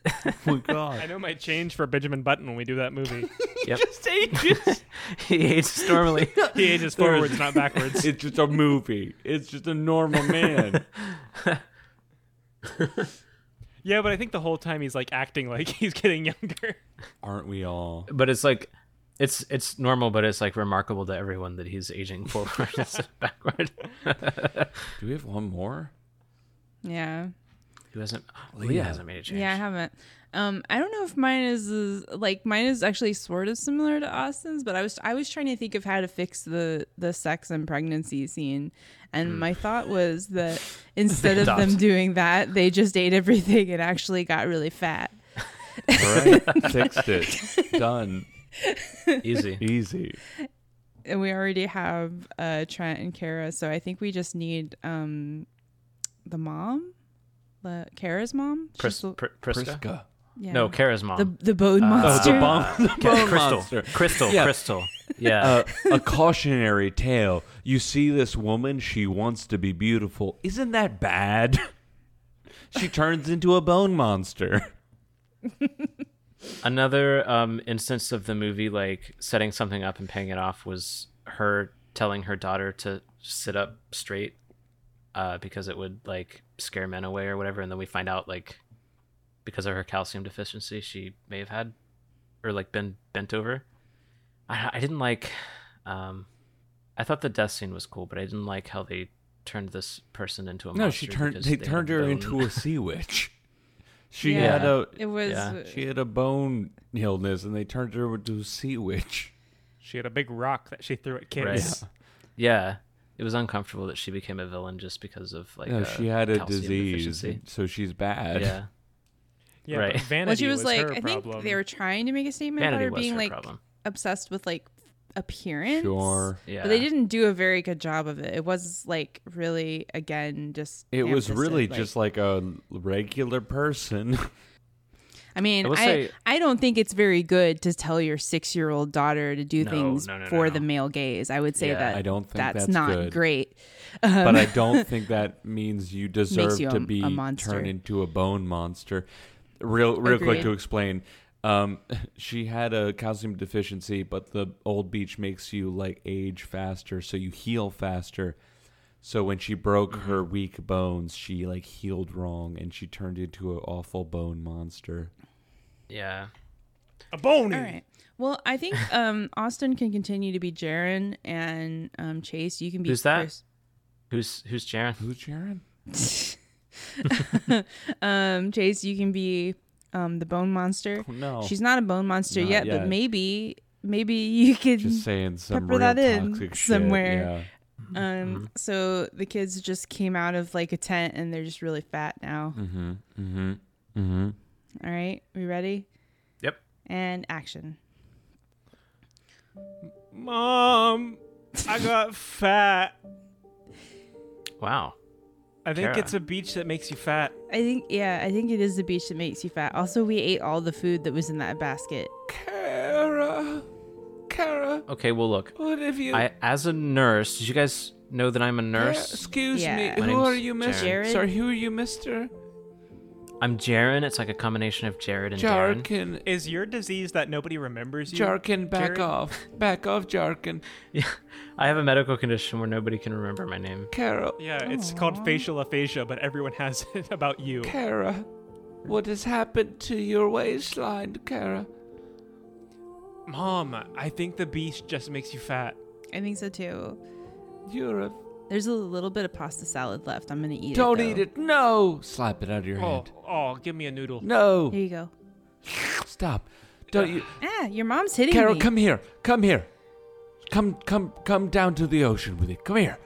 [SPEAKER 8] Oh my
[SPEAKER 4] I
[SPEAKER 8] god.
[SPEAKER 4] know my change for Benjamin Button when we do that movie.
[SPEAKER 6] yep. he hates us normally.
[SPEAKER 4] He ages forwards, not backwards.
[SPEAKER 8] It's just a movie. It's just a normal man.
[SPEAKER 4] Yeah, but I think the whole time he's like acting like he's getting younger.
[SPEAKER 8] Aren't we all?
[SPEAKER 6] But it's like, it's it's normal, but it's like remarkable to everyone that he's aging forward instead of backward.
[SPEAKER 8] Do we have one more?
[SPEAKER 2] Yeah.
[SPEAKER 6] Who hasn't? Leah hasn't made a change.
[SPEAKER 2] Yeah, I haven't. Um, I don't know if mine is, is like mine is actually sort of similar to Austin's, but I was I was trying to think of how to fix the the sex and pregnancy scene, and my thought was that instead of them
[SPEAKER 5] Hmm. adopt.
[SPEAKER 2] doing that, they just ate everything and actually got really fat.
[SPEAKER 5] All right, fixed it. Done.
[SPEAKER 6] Easy.
[SPEAKER 5] Easy.
[SPEAKER 2] And we already have uh, Trent and Kara, so I think we just need um, the mom, the Kara's mom. She's
[SPEAKER 6] Pris-
[SPEAKER 2] the-
[SPEAKER 6] Pr- Prisca?
[SPEAKER 5] Prisca.
[SPEAKER 2] yeah.
[SPEAKER 6] No, Kara's mom.
[SPEAKER 2] the the bone monster.
[SPEAKER 5] Oh, the bomb. The
[SPEAKER 6] Ca-
[SPEAKER 5] bomb
[SPEAKER 6] Crystal.
[SPEAKER 5] monster.
[SPEAKER 6] Crystal.
[SPEAKER 5] Yeah.
[SPEAKER 6] Crystal. Yeah.
[SPEAKER 5] Uh, a cautionary tale. You see this woman, she wants to be beautiful. Isn't that bad? she turns into a bone monster.
[SPEAKER 6] Another um, instance of the movie like setting something up and paying it off was her telling her daughter to sit up straight uh, because it would like scare men away or whatever, and then we find out like because of her calcium deficiency, she may have had or like been bent over. I, I didn't like. Um, I thought the death scene was cool, but I didn't like how they turned this person into a
[SPEAKER 5] No,
[SPEAKER 6] monster
[SPEAKER 5] she turned.
[SPEAKER 6] because
[SPEAKER 5] They
[SPEAKER 6] had
[SPEAKER 5] turned her
[SPEAKER 6] bone.
[SPEAKER 5] into a sea witch. She
[SPEAKER 2] Yeah.
[SPEAKER 5] had a
[SPEAKER 2] It was uh,
[SPEAKER 6] Yeah.
[SPEAKER 5] she had a bone illness, and they turned her into a sea witch.
[SPEAKER 4] She had a big rock that she threw at kids.
[SPEAKER 6] Right. Yeah, it was uncomfortable that she became a villain just because of like.
[SPEAKER 5] no,
[SPEAKER 6] uh,
[SPEAKER 5] she had a
[SPEAKER 6] calcium
[SPEAKER 5] disease,
[SPEAKER 6] deficiency.
[SPEAKER 5] so she's bad.
[SPEAKER 6] Yeah,
[SPEAKER 4] Yeah,
[SPEAKER 6] Right.
[SPEAKER 4] but
[SPEAKER 6] Well,
[SPEAKER 4] vanity
[SPEAKER 2] well, she was, like,
[SPEAKER 4] her
[SPEAKER 2] I think
[SPEAKER 4] problem.
[SPEAKER 2] they were trying to make a statement about
[SPEAKER 6] vanity
[SPEAKER 2] her
[SPEAKER 6] was
[SPEAKER 2] being
[SPEAKER 6] her
[SPEAKER 2] like
[SPEAKER 6] problem.
[SPEAKER 2] obsessed with like appearance.
[SPEAKER 5] Sure.
[SPEAKER 6] Yeah,
[SPEAKER 2] But they didn't do a very good job of it. It was like really, again, just.
[SPEAKER 5] It was
[SPEAKER 2] ham-fisted,
[SPEAKER 5] really just like a regular person.
[SPEAKER 2] I mean,
[SPEAKER 6] I
[SPEAKER 2] I,
[SPEAKER 6] will say-
[SPEAKER 2] I don't think it's very good to tell your six year old daughter to do
[SPEAKER 6] No,
[SPEAKER 2] things
[SPEAKER 6] no, no, no,
[SPEAKER 2] for
[SPEAKER 6] no.
[SPEAKER 2] the male gaze. I would say
[SPEAKER 6] Yeah.
[SPEAKER 2] that
[SPEAKER 5] I don't think
[SPEAKER 2] that's,
[SPEAKER 5] that's
[SPEAKER 2] not
[SPEAKER 5] good.
[SPEAKER 2] great.
[SPEAKER 5] but I don't think that means you deserve
[SPEAKER 2] Um, you
[SPEAKER 5] to
[SPEAKER 2] a-
[SPEAKER 5] be
[SPEAKER 2] a monster.
[SPEAKER 5] turned into a bone monster. Real, real quick
[SPEAKER 2] Agreed.
[SPEAKER 5] to explain. Um, she had a calcium deficiency, but the old beach makes you like age faster, so you heal faster. So when she broke
[SPEAKER 2] Mm-hmm.
[SPEAKER 5] her weak bones, she like healed wrong, and she turned into an awful bone monster.
[SPEAKER 6] Yeah,
[SPEAKER 4] a bony.
[SPEAKER 2] All right. Well, I think um, Austin can continue to be Jaren and um, Chase, you can be
[SPEAKER 6] Who's that?
[SPEAKER 2] Chris.
[SPEAKER 6] who's who's Jaren?
[SPEAKER 5] Who's Sharon?
[SPEAKER 2] Um, Chase, you can be um, the bone monster.
[SPEAKER 5] Oh, no.
[SPEAKER 2] she's not a bone monster
[SPEAKER 5] Not
[SPEAKER 2] yet,
[SPEAKER 5] yet.
[SPEAKER 2] but maybe, maybe you can.
[SPEAKER 5] Just saying some
[SPEAKER 2] Pepper
[SPEAKER 5] real
[SPEAKER 2] that in
[SPEAKER 5] toxic shit,
[SPEAKER 2] somewhere.
[SPEAKER 5] yeah.
[SPEAKER 2] um,
[SPEAKER 5] Mm-hmm.
[SPEAKER 2] so the kids just came out of like a tent and they're just really fat now. Mm-hmm. Mm-hmm. Mm-hmm. right, we ready?
[SPEAKER 6] Yep.
[SPEAKER 2] And action.
[SPEAKER 4] Mom, I got fat.
[SPEAKER 6] Wow.
[SPEAKER 4] I think
[SPEAKER 6] Kara.
[SPEAKER 4] it's a beach that makes you fat.
[SPEAKER 2] I think yeah, I think it is the beach that makes you fat. Also, we ate all the food that was in that basket.
[SPEAKER 5] Kara, Kara,
[SPEAKER 6] Okay. Well, look.
[SPEAKER 5] what have you?
[SPEAKER 6] I as a nurse, did you guys know that I'm a nurse?
[SPEAKER 5] Excuse
[SPEAKER 2] Yeah.
[SPEAKER 5] me.
[SPEAKER 6] My
[SPEAKER 5] Who
[SPEAKER 6] name's
[SPEAKER 5] are you, Mister?
[SPEAKER 2] Jared.
[SPEAKER 5] Sorry, who are you, Mister?
[SPEAKER 6] I'm Jaren. It's like a combination of Jared and Darren.
[SPEAKER 5] Jarkin.
[SPEAKER 4] Is your disease that nobody remembers you?
[SPEAKER 5] Jarkin, back
[SPEAKER 4] Jared?
[SPEAKER 5] off. Back off, Jarkin.
[SPEAKER 6] Yeah. I have a medical condition where nobody can remember my name.
[SPEAKER 5] Kara,
[SPEAKER 4] Yeah, it's called facial aphasia, but everyone has it about you.
[SPEAKER 5] Kara, what has happened to your waistline, Kara?
[SPEAKER 4] Mom, I think the beach just makes you fat.
[SPEAKER 2] I think so too.
[SPEAKER 5] You're a.
[SPEAKER 2] There's a little bit of pasta salad left. I'm gonna eat
[SPEAKER 5] Don't
[SPEAKER 2] it.
[SPEAKER 5] eat it. No. Slap it out of your
[SPEAKER 4] Oh,
[SPEAKER 5] hand.
[SPEAKER 4] oh, give me a noodle.
[SPEAKER 5] No.
[SPEAKER 2] Here you go.
[SPEAKER 5] Stop. Don't you,
[SPEAKER 2] Ah, your mom's hitting
[SPEAKER 5] Kara?
[SPEAKER 2] me.
[SPEAKER 5] Come here. Come here. Come, come, come down to the ocean with it. Come here.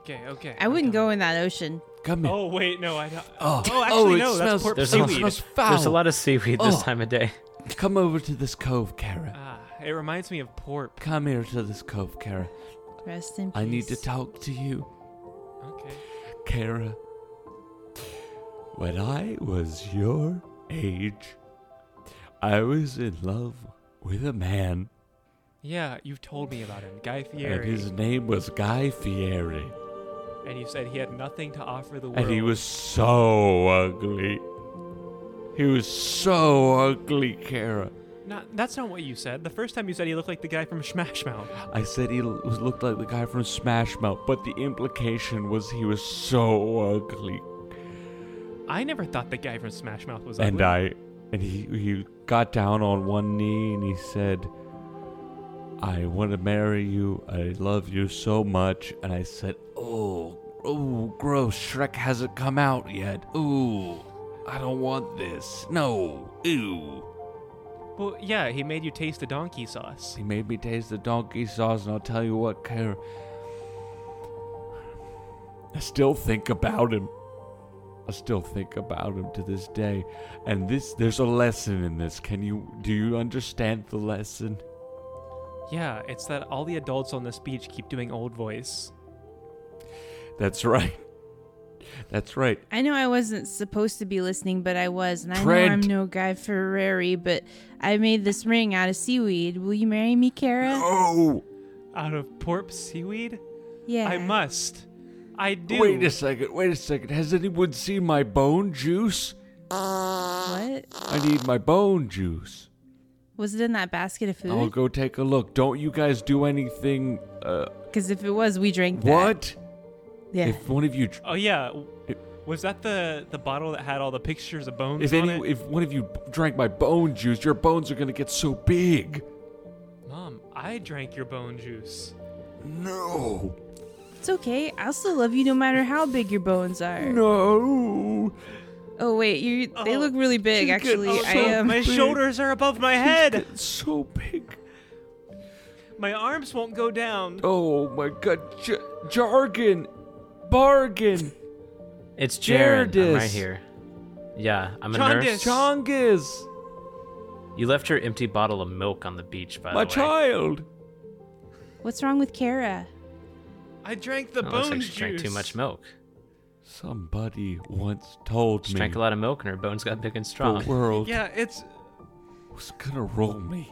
[SPEAKER 4] Okay, okay.
[SPEAKER 2] I wouldn't go in that ocean.
[SPEAKER 5] Come here.
[SPEAKER 4] Oh wait, no, I don't.
[SPEAKER 5] Oh,
[SPEAKER 4] oh, actually,
[SPEAKER 5] it
[SPEAKER 4] no, that's
[SPEAKER 5] smells,
[SPEAKER 4] port
[SPEAKER 5] there's
[SPEAKER 4] seaweed.
[SPEAKER 5] smells foul.
[SPEAKER 6] There's a lot of seaweed
[SPEAKER 5] Oh.
[SPEAKER 6] this time of day.
[SPEAKER 5] Come over to this cove, Kara.
[SPEAKER 4] Ah, it reminds me of porp.
[SPEAKER 5] Come here to this cove, Kara.
[SPEAKER 2] Rest in peace.
[SPEAKER 5] I need to talk to you,
[SPEAKER 4] Okay.
[SPEAKER 5] Kara. When I was your age, I was in love with a man,
[SPEAKER 4] Yeah, you've told me about him, Guy
[SPEAKER 5] and
[SPEAKER 4] Fieri,
[SPEAKER 5] his name was Guy Fieri,
[SPEAKER 4] and you said he had nothing to offer the world.
[SPEAKER 5] and he was so ugly. He was so ugly, Kara.
[SPEAKER 4] Not, that's not what you said. The first time you said he looked like the guy from Smash Mouth.
[SPEAKER 5] I said he l- was looked like the guy from Smash Mouth, but the implication was he was so ugly,
[SPEAKER 4] I never thought the guy from Smash Mouth was ugly.
[SPEAKER 5] and I and he he got down on one knee and he said I want to marry you. I love you so much. And I said, "Oh, oh, gross. Shrek hasn't come out yet. Ooh." I don't want this. No. Ew. uh,
[SPEAKER 4] Well, yeah, he made you taste the donkey sauce.
[SPEAKER 5] He made me taste the donkey sauce, and I'll tell you what, Kara. I still think about him. I still think about him to this day. And this, there's a lesson in this. Can you, do you understand the lesson?
[SPEAKER 4] Yeah, it's that all the adults on this beach keep doing old voice.
[SPEAKER 5] That's right. That's right.
[SPEAKER 2] I know I wasn't supposed to be listening, but I was, and I know I'm
[SPEAKER 5] Trent.
[SPEAKER 2] no Guy Ferrari, but I made this ring out of seaweed. Will you marry me, Kara?
[SPEAKER 5] Oh,
[SPEAKER 4] Out of porp seaweed?
[SPEAKER 2] yeah.
[SPEAKER 4] I must. I do.
[SPEAKER 5] wait a second. Wait a second. Has anyone seen my bone juice?
[SPEAKER 2] What?
[SPEAKER 5] I need my bone juice.
[SPEAKER 2] Was it in that basket of
[SPEAKER 5] I'll
[SPEAKER 2] food?
[SPEAKER 5] go take a look. Don't you guys do anything? Uh,
[SPEAKER 2] Because if it was, we drank that.
[SPEAKER 5] what?
[SPEAKER 2] Yeah.
[SPEAKER 5] If one of you, dr-
[SPEAKER 4] Oh yeah. w-
[SPEAKER 5] It-
[SPEAKER 4] Was that the the bottle that had all the pictures of bones
[SPEAKER 5] if
[SPEAKER 4] on
[SPEAKER 5] any,
[SPEAKER 4] it?
[SPEAKER 5] if one of you drank my bone juice, your bones are gonna get so big.
[SPEAKER 4] Mom, I drank your bone juice.
[SPEAKER 5] No.
[SPEAKER 2] it's okay. I'll still love you no matter how big your bones are.
[SPEAKER 5] No.
[SPEAKER 2] Oh wait, you they
[SPEAKER 4] Oh,
[SPEAKER 2] look really big.
[SPEAKER 5] she's getting
[SPEAKER 2] Actually, I
[SPEAKER 5] Oh,
[SPEAKER 2] um,
[SPEAKER 5] so
[SPEAKER 2] am.
[SPEAKER 4] My shoulders are above my head.
[SPEAKER 5] It's so big.
[SPEAKER 4] My arms won't go down.
[SPEAKER 5] Oh my god. J- jargon. Bargain.
[SPEAKER 6] It's Jared. I'm right
[SPEAKER 5] Jaredis.
[SPEAKER 6] here. Yeah, I'm a
[SPEAKER 4] Jaundis.
[SPEAKER 6] nurse.
[SPEAKER 5] Chongus.
[SPEAKER 6] You left your empty bottle of milk on the beach, by
[SPEAKER 5] My
[SPEAKER 6] the way.
[SPEAKER 5] child.
[SPEAKER 2] What's wrong with Kara?
[SPEAKER 4] I drank the
[SPEAKER 6] Oh, looks
[SPEAKER 4] bone
[SPEAKER 6] like
[SPEAKER 4] juice.
[SPEAKER 6] she drank too much milk.
[SPEAKER 5] Somebody once told
[SPEAKER 6] She
[SPEAKER 5] me
[SPEAKER 6] drank a lot of milk and her bones got big and strong.
[SPEAKER 5] the world
[SPEAKER 4] Yeah, it's
[SPEAKER 5] was gonna roll me.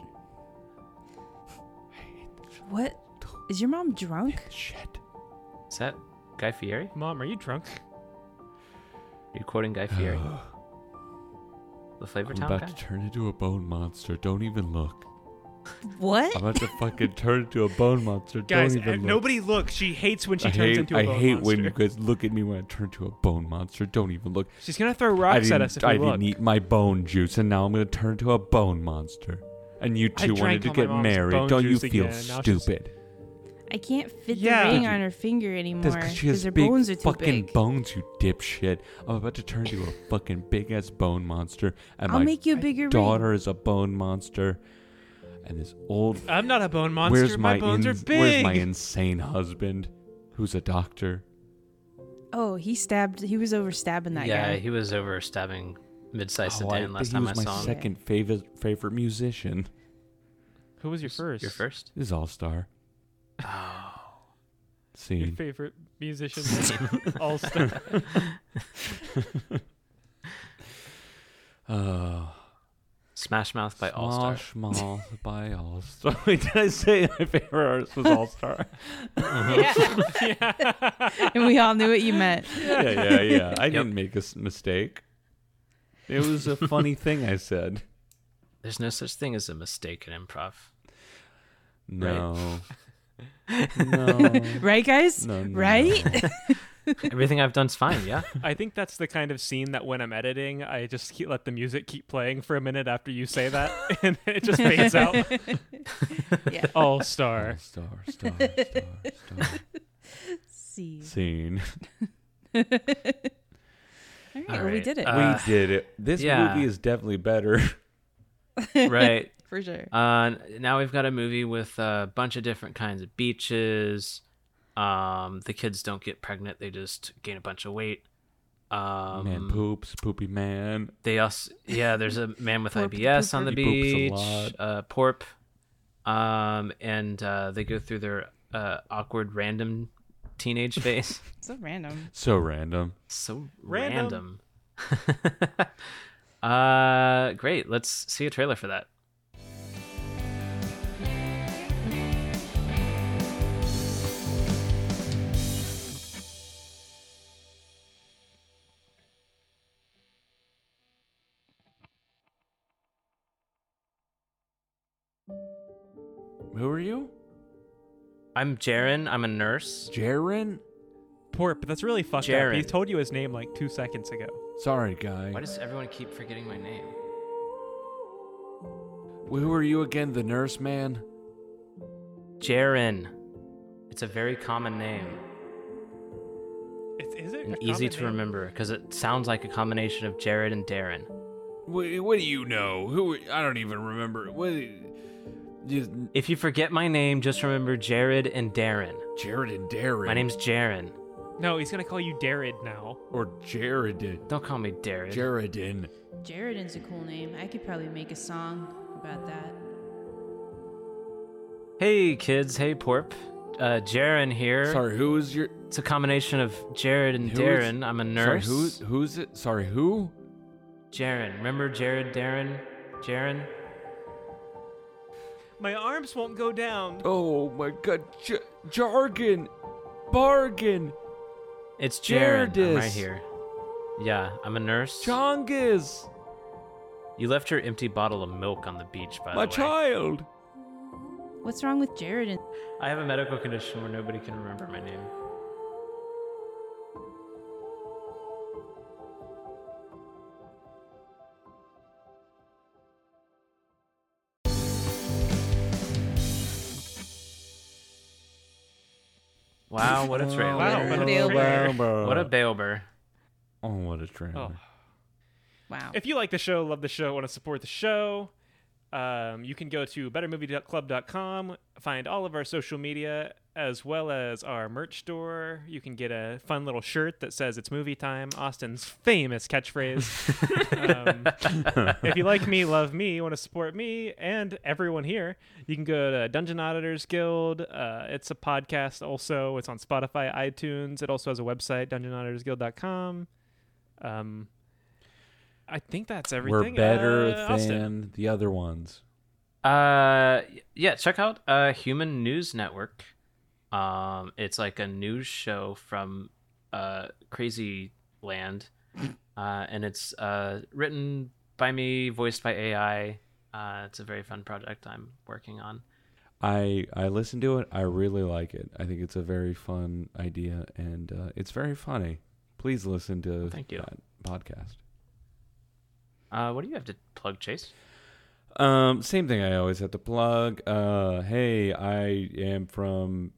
[SPEAKER 2] What? Is your mom drunk?
[SPEAKER 5] Shit.
[SPEAKER 6] Is that Guy Fieri?
[SPEAKER 4] Mom, are you drunk?
[SPEAKER 6] Are you quoting Guy Fieri? the Flavor
[SPEAKER 5] Uh, I'm
[SPEAKER 6] Town
[SPEAKER 5] about
[SPEAKER 6] guy?
[SPEAKER 5] to turn into a bone monster. Don't even look.
[SPEAKER 2] What?
[SPEAKER 5] I'm about to fucking turn into a bone monster.
[SPEAKER 4] Guys,
[SPEAKER 5] Don't even
[SPEAKER 4] eh,
[SPEAKER 5] look.
[SPEAKER 4] nobody look. She hates when she
[SPEAKER 5] I
[SPEAKER 4] turns
[SPEAKER 5] hate,
[SPEAKER 4] into a
[SPEAKER 5] I
[SPEAKER 4] bone
[SPEAKER 5] hate
[SPEAKER 4] monster.
[SPEAKER 5] when you guys look at me when I turn into a bone monster. Don't even look.
[SPEAKER 4] She's gonna throw
[SPEAKER 5] I
[SPEAKER 4] rocks
[SPEAKER 5] didn't,
[SPEAKER 4] at us if we
[SPEAKER 5] I
[SPEAKER 4] look.
[SPEAKER 5] didn't eat my bone juice, and now I'm gonna turn into a bone monster. And you two
[SPEAKER 4] drank
[SPEAKER 5] wanted to
[SPEAKER 4] all my
[SPEAKER 5] get
[SPEAKER 4] mom's
[SPEAKER 5] married.
[SPEAKER 4] bone
[SPEAKER 5] Don't you
[SPEAKER 4] juice
[SPEAKER 5] feel
[SPEAKER 4] again. Now she's-
[SPEAKER 5] stupid?
[SPEAKER 2] I can't fit
[SPEAKER 4] Yeah.
[SPEAKER 2] the ring
[SPEAKER 4] Did
[SPEAKER 5] you-
[SPEAKER 2] on her finger anymore
[SPEAKER 5] That's because she
[SPEAKER 2] because
[SPEAKER 5] has
[SPEAKER 2] her
[SPEAKER 5] big
[SPEAKER 2] bones are too
[SPEAKER 5] fucking
[SPEAKER 2] big.
[SPEAKER 5] bones, you dipshit. I'm about to turn into a fucking big ass bone monster, and
[SPEAKER 2] I'll
[SPEAKER 5] my
[SPEAKER 2] make you a bigger
[SPEAKER 5] daughter is a bone monster, and this old
[SPEAKER 4] I'm not a bone monster.
[SPEAKER 5] where's
[SPEAKER 4] my,
[SPEAKER 5] my,
[SPEAKER 4] bones are
[SPEAKER 5] ins-
[SPEAKER 4] big.
[SPEAKER 5] where's my insane husband, who's a doctor?
[SPEAKER 2] ring. Oh, he stabbed. He was over stabbing that
[SPEAKER 6] yeah,
[SPEAKER 2] guy.
[SPEAKER 6] he was over stabbing mid-sized
[SPEAKER 5] Oh, I-
[SPEAKER 6] sedan last
[SPEAKER 5] he
[SPEAKER 6] time
[SPEAKER 5] was
[SPEAKER 6] I
[SPEAKER 5] my
[SPEAKER 6] saw him.
[SPEAKER 5] second favorite favorite musician.
[SPEAKER 4] Who was your first?
[SPEAKER 6] Your first?
[SPEAKER 5] This is All Star.
[SPEAKER 4] Your
[SPEAKER 5] Scene.
[SPEAKER 4] favorite musician. All star.
[SPEAKER 5] Uh,
[SPEAKER 6] Smash Mouth by All Star.
[SPEAKER 5] Smosh Mouth by All Star. Wait, did I say my favorite artist was All Star?
[SPEAKER 2] and we all knew what you meant.
[SPEAKER 5] yeah, yeah, yeah. I didn't make a s- mistake. It was a funny thing I said.
[SPEAKER 6] There's no such thing as a mistake in improv.
[SPEAKER 5] No. no.
[SPEAKER 2] Right, guys?
[SPEAKER 5] No, no, no.
[SPEAKER 2] right?
[SPEAKER 6] Everything I've done's fine, yeah?
[SPEAKER 4] I think that's the kind of scene that when I'm editing, I just keep, let the music keep playing for a minute after you say that, and it just fades out.
[SPEAKER 2] Yeah.
[SPEAKER 4] All
[SPEAKER 5] All
[SPEAKER 4] star.
[SPEAKER 5] Star, star, star, star.
[SPEAKER 2] See.
[SPEAKER 5] Scene.
[SPEAKER 2] All right,
[SPEAKER 6] All
[SPEAKER 2] well, we
[SPEAKER 6] right,
[SPEAKER 2] did it.
[SPEAKER 6] uh,
[SPEAKER 5] we did it. This
[SPEAKER 6] yeah.
[SPEAKER 5] movie is definitely better.
[SPEAKER 6] right.
[SPEAKER 2] for sure.
[SPEAKER 6] Uh, now we've got a movie with a bunch of different kinds of beaches. Um, the kids don't get pregnant; they just gain a bunch of weight. Um,
[SPEAKER 5] man poops, poopy man.
[SPEAKER 6] They also, yeah, there's a man with
[SPEAKER 2] Porp the
[SPEAKER 6] IBS on the
[SPEAKER 5] pooper. He
[SPEAKER 6] beach.
[SPEAKER 5] poops a
[SPEAKER 6] Uh, porp. Um, and uh, they go through their uh, awkward, random teenage phase.
[SPEAKER 2] So random.
[SPEAKER 5] So random.
[SPEAKER 6] so
[SPEAKER 4] Random.
[SPEAKER 6] random. uh, great. Let's see a trailer for that.
[SPEAKER 5] Who are you?
[SPEAKER 6] I'm Jaren. I'm a nurse.
[SPEAKER 5] Jaren?
[SPEAKER 4] Porp. That's really fucked up. He
[SPEAKER 6] Jared.
[SPEAKER 4] told you his name like two seconds ago.
[SPEAKER 5] Sorry, guy.
[SPEAKER 6] Why does everyone keep forgetting my name?
[SPEAKER 5] Who are you again? The nurse man?
[SPEAKER 6] Jaren. It's a very common name.
[SPEAKER 4] It's, Is it
[SPEAKER 6] and
[SPEAKER 4] a common
[SPEAKER 6] easy to
[SPEAKER 4] name?
[SPEAKER 6] remember because it sounds like a combination of Jared and Darren.
[SPEAKER 5] What, what do you know? Who? I don't even remember. What? Just
[SPEAKER 6] If you forget my name, just remember Jared and Darren.
[SPEAKER 5] Jared and Darren.
[SPEAKER 6] My name's Jaren.
[SPEAKER 4] No, he's gonna call you Darren now.
[SPEAKER 5] or Jared.
[SPEAKER 6] Don't call me Darren.
[SPEAKER 5] Jaredin.
[SPEAKER 2] Jaredin's a cool name. I could probably make a song about that.
[SPEAKER 6] hey kids, hey Porp. Uh, Jaren here.
[SPEAKER 5] Sorry, who is your?
[SPEAKER 6] It's a combination of Jared and
[SPEAKER 5] who is-
[SPEAKER 6] Darren. I'm a nurse.
[SPEAKER 5] Sorry, who? Who's it? Sorry, who?
[SPEAKER 6] Jaren. Remember Jared, Darren, Jaren?
[SPEAKER 4] My arms won't go down.
[SPEAKER 5] Oh my God, J- jargon, bargain,
[SPEAKER 6] It's Jaren. I'm right
[SPEAKER 5] Jaredis.
[SPEAKER 6] here. Yeah, I'm a nurse.
[SPEAKER 5] chongas,
[SPEAKER 6] You left your empty bottle of milk on the beach, by
[SPEAKER 5] my
[SPEAKER 6] the way.
[SPEAKER 5] child.
[SPEAKER 2] What's wrong with Jaredin?
[SPEAKER 6] I have a medical condition where nobody can remember my name. Wow, what a trailer.
[SPEAKER 4] Wow, what a
[SPEAKER 2] Bail
[SPEAKER 4] trailer.
[SPEAKER 6] What a bailber.
[SPEAKER 5] Oh, what a trailer.
[SPEAKER 4] Oh.
[SPEAKER 2] Wow.
[SPEAKER 4] If you like the show, love the show, want to support the show, um, you can go to bettermovieclub.com, find all of our social media as well as our merch store. You can get a fun little shirt that says it's movie time, Austin's famous catchphrase. um, if you like me, love me, want to support me and everyone here, you can go to Dungeon Auditors Guild. Uh, it's a podcast also. It's on Spotify, iTunes. It also has a website, dungeonauditorsguild.com. Um, I think that's
[SPEAKER 5] We're
[SPEAKER 4] everything. Uh,
[SPEAKER 5] better than
[SPEAKER 4] Austin.
[SPEAKER 5] the other ones.
[SPEAKER 6] Uh, yeah, check out uh, Human News Network. Um, it's like a news show from uh, Crazy Land, uh, and it's uh, written by me, voiced by AI. Uh, it's a very fun project I'm working on.
[SPEAKER 5] I I listened to it. I really like it. I think it's a very fun idea, and uh, it's very funny. Please listen to
[SPEAKER 6] Thank you.
[SPEAKER 5] that podcast.
[SPEAKER 6] Uh, what do you have to plug, Chase?
[SPEAKER 5] Um, same thing I always have to plug. Uh, hey, I am from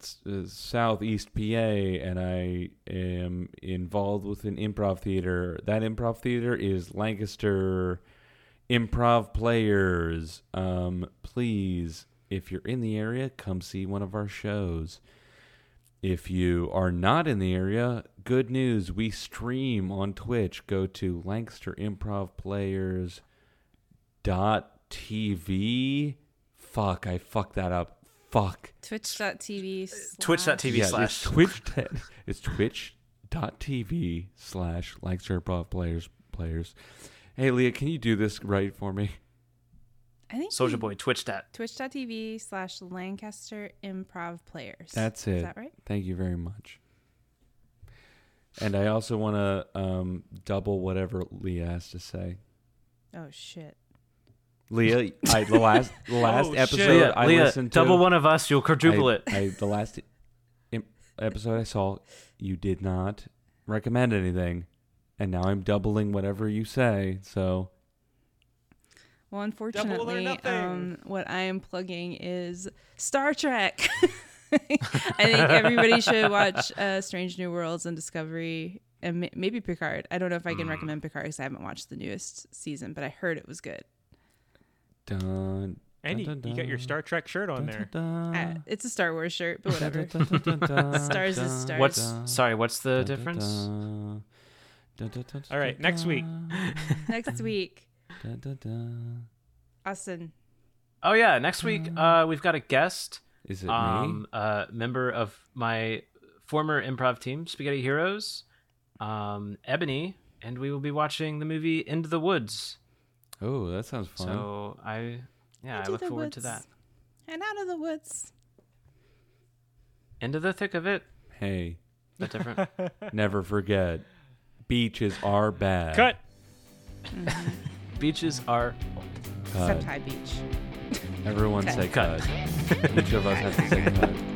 [SPEAKER 5] s- uh, Southeast PA, and I am involved with an improv theater. That improv theater is Lancaster Improv Players. Um, please, if you're in the area, come see one of our shows. If you are not in the area, good news. We stream on Twitch. Go to Lancaster Improv Players dot TV. Fuck, I fucked that up. Fuck.
[SPEAKER 2] Twitch.tv. slash-
[SPEAKER 6] Twitch.tv slash.
[SPEAKER 5] it's Twitch. it's Twitch dot TV slash like Serpov players players. Hey Leah, can you do this right for me?
[SPEAKER 2] I think
[SPEAKER 6] Soldier
[SPEAKER 2] we-
[SPEAKER 6] Boy, Twitch that.
[SPEAKER 2] Twitch.tv slash Lancaster Improv Players.
[SPEAKER 5] That's it.
[SPEAKER 2] Is that right?
[SPEAKER 5] Thank you very much. And I also want to um, double whatever Leah has to say.
[SPEAKER 2] Oh, shit.
[SPEAKER 5] Leah, I, the last the last
[SPEAKER 4] Oh, shit.
[SPEAKER 5] episode
[SPEAKER 6] Leah,
[SPEAKER 5] I
[SPEAKER 6] Leah,
[SPEAKER 5] listened to,
[SPEAKER 6] double one of us, you'll quadruple
[SPEAKER 5] I-
[SPEAKER 6] it.
[SPEAKER 5] I, the last im- episode I saw, you did not recommend anything, and now I'm doubling whatever you say. So
[SPEAKER 2] Well,
[SPEAKER 4] or
[SPEAKER 2] unfortunately,
[SPEAKER 4] nothing.
[SPEAKER 2] um, what I am plugging is Star Trek. I think everybody should watch uh, Strange New Worlds and Discovery, and ma- maybe Picard. I don't know if I can recommend Picard because I haven't watched the newest season, but I heard it was good.
[SPEAKER 5] dun.
[SPEAKER 4] And you, you got your Star Trek shirt on there.
[SPEAKER 2] Uh, it's a Star Wars shirt, but whatever. Stars
[SPEAKER 5] Stars
[SPEAKER 2] is stars.
[SPEAKER 6] What's sorry? What's the difference?
[SPEAKER 4] All right, next week.
[SPEAKER 2] Next week, Austin.
[SPEAKER 6] Oh yeah, next week uh, we've got a guest.
[SPEAKER 5] Is it
[SPEAKER 6] um,
[SPEAKER 5] me?
[SPEAKER 6] uh, member of my former improv team, Spaghetti Heroes, um, Ebony, and we will be watching the movie Into the Woods.
[SPEAKER 5] Oh, that sounds fun.
[SPEAKER 6] So I, yeah,
[SPEAKER 2] Into
[SPEAKER 6] I look
[SPEAKER 2] the
[SPEAKER 6] forward to
[SPEAKER 2] woods.
[SPEAKER 6] that.
[SPEAKER 2] And out of the woods.
[SPEAKER 6] Into the thick of it,
[SPEAKER 5] hey,
[SPEAKER 6] but different.
[SPEAKER 5] never forget, beaches are bad.
[SPEAKER 4] Cut.
[SPEAKER 6] Beaches are
[SPEAKER 5] Cut.
[SPEAKER 2] Except High Beach.
[SPEAKER 5] Everyone say
[SPEAKER 6] Cut.
[SPEAKER 5] cut. Each of us has to say cut.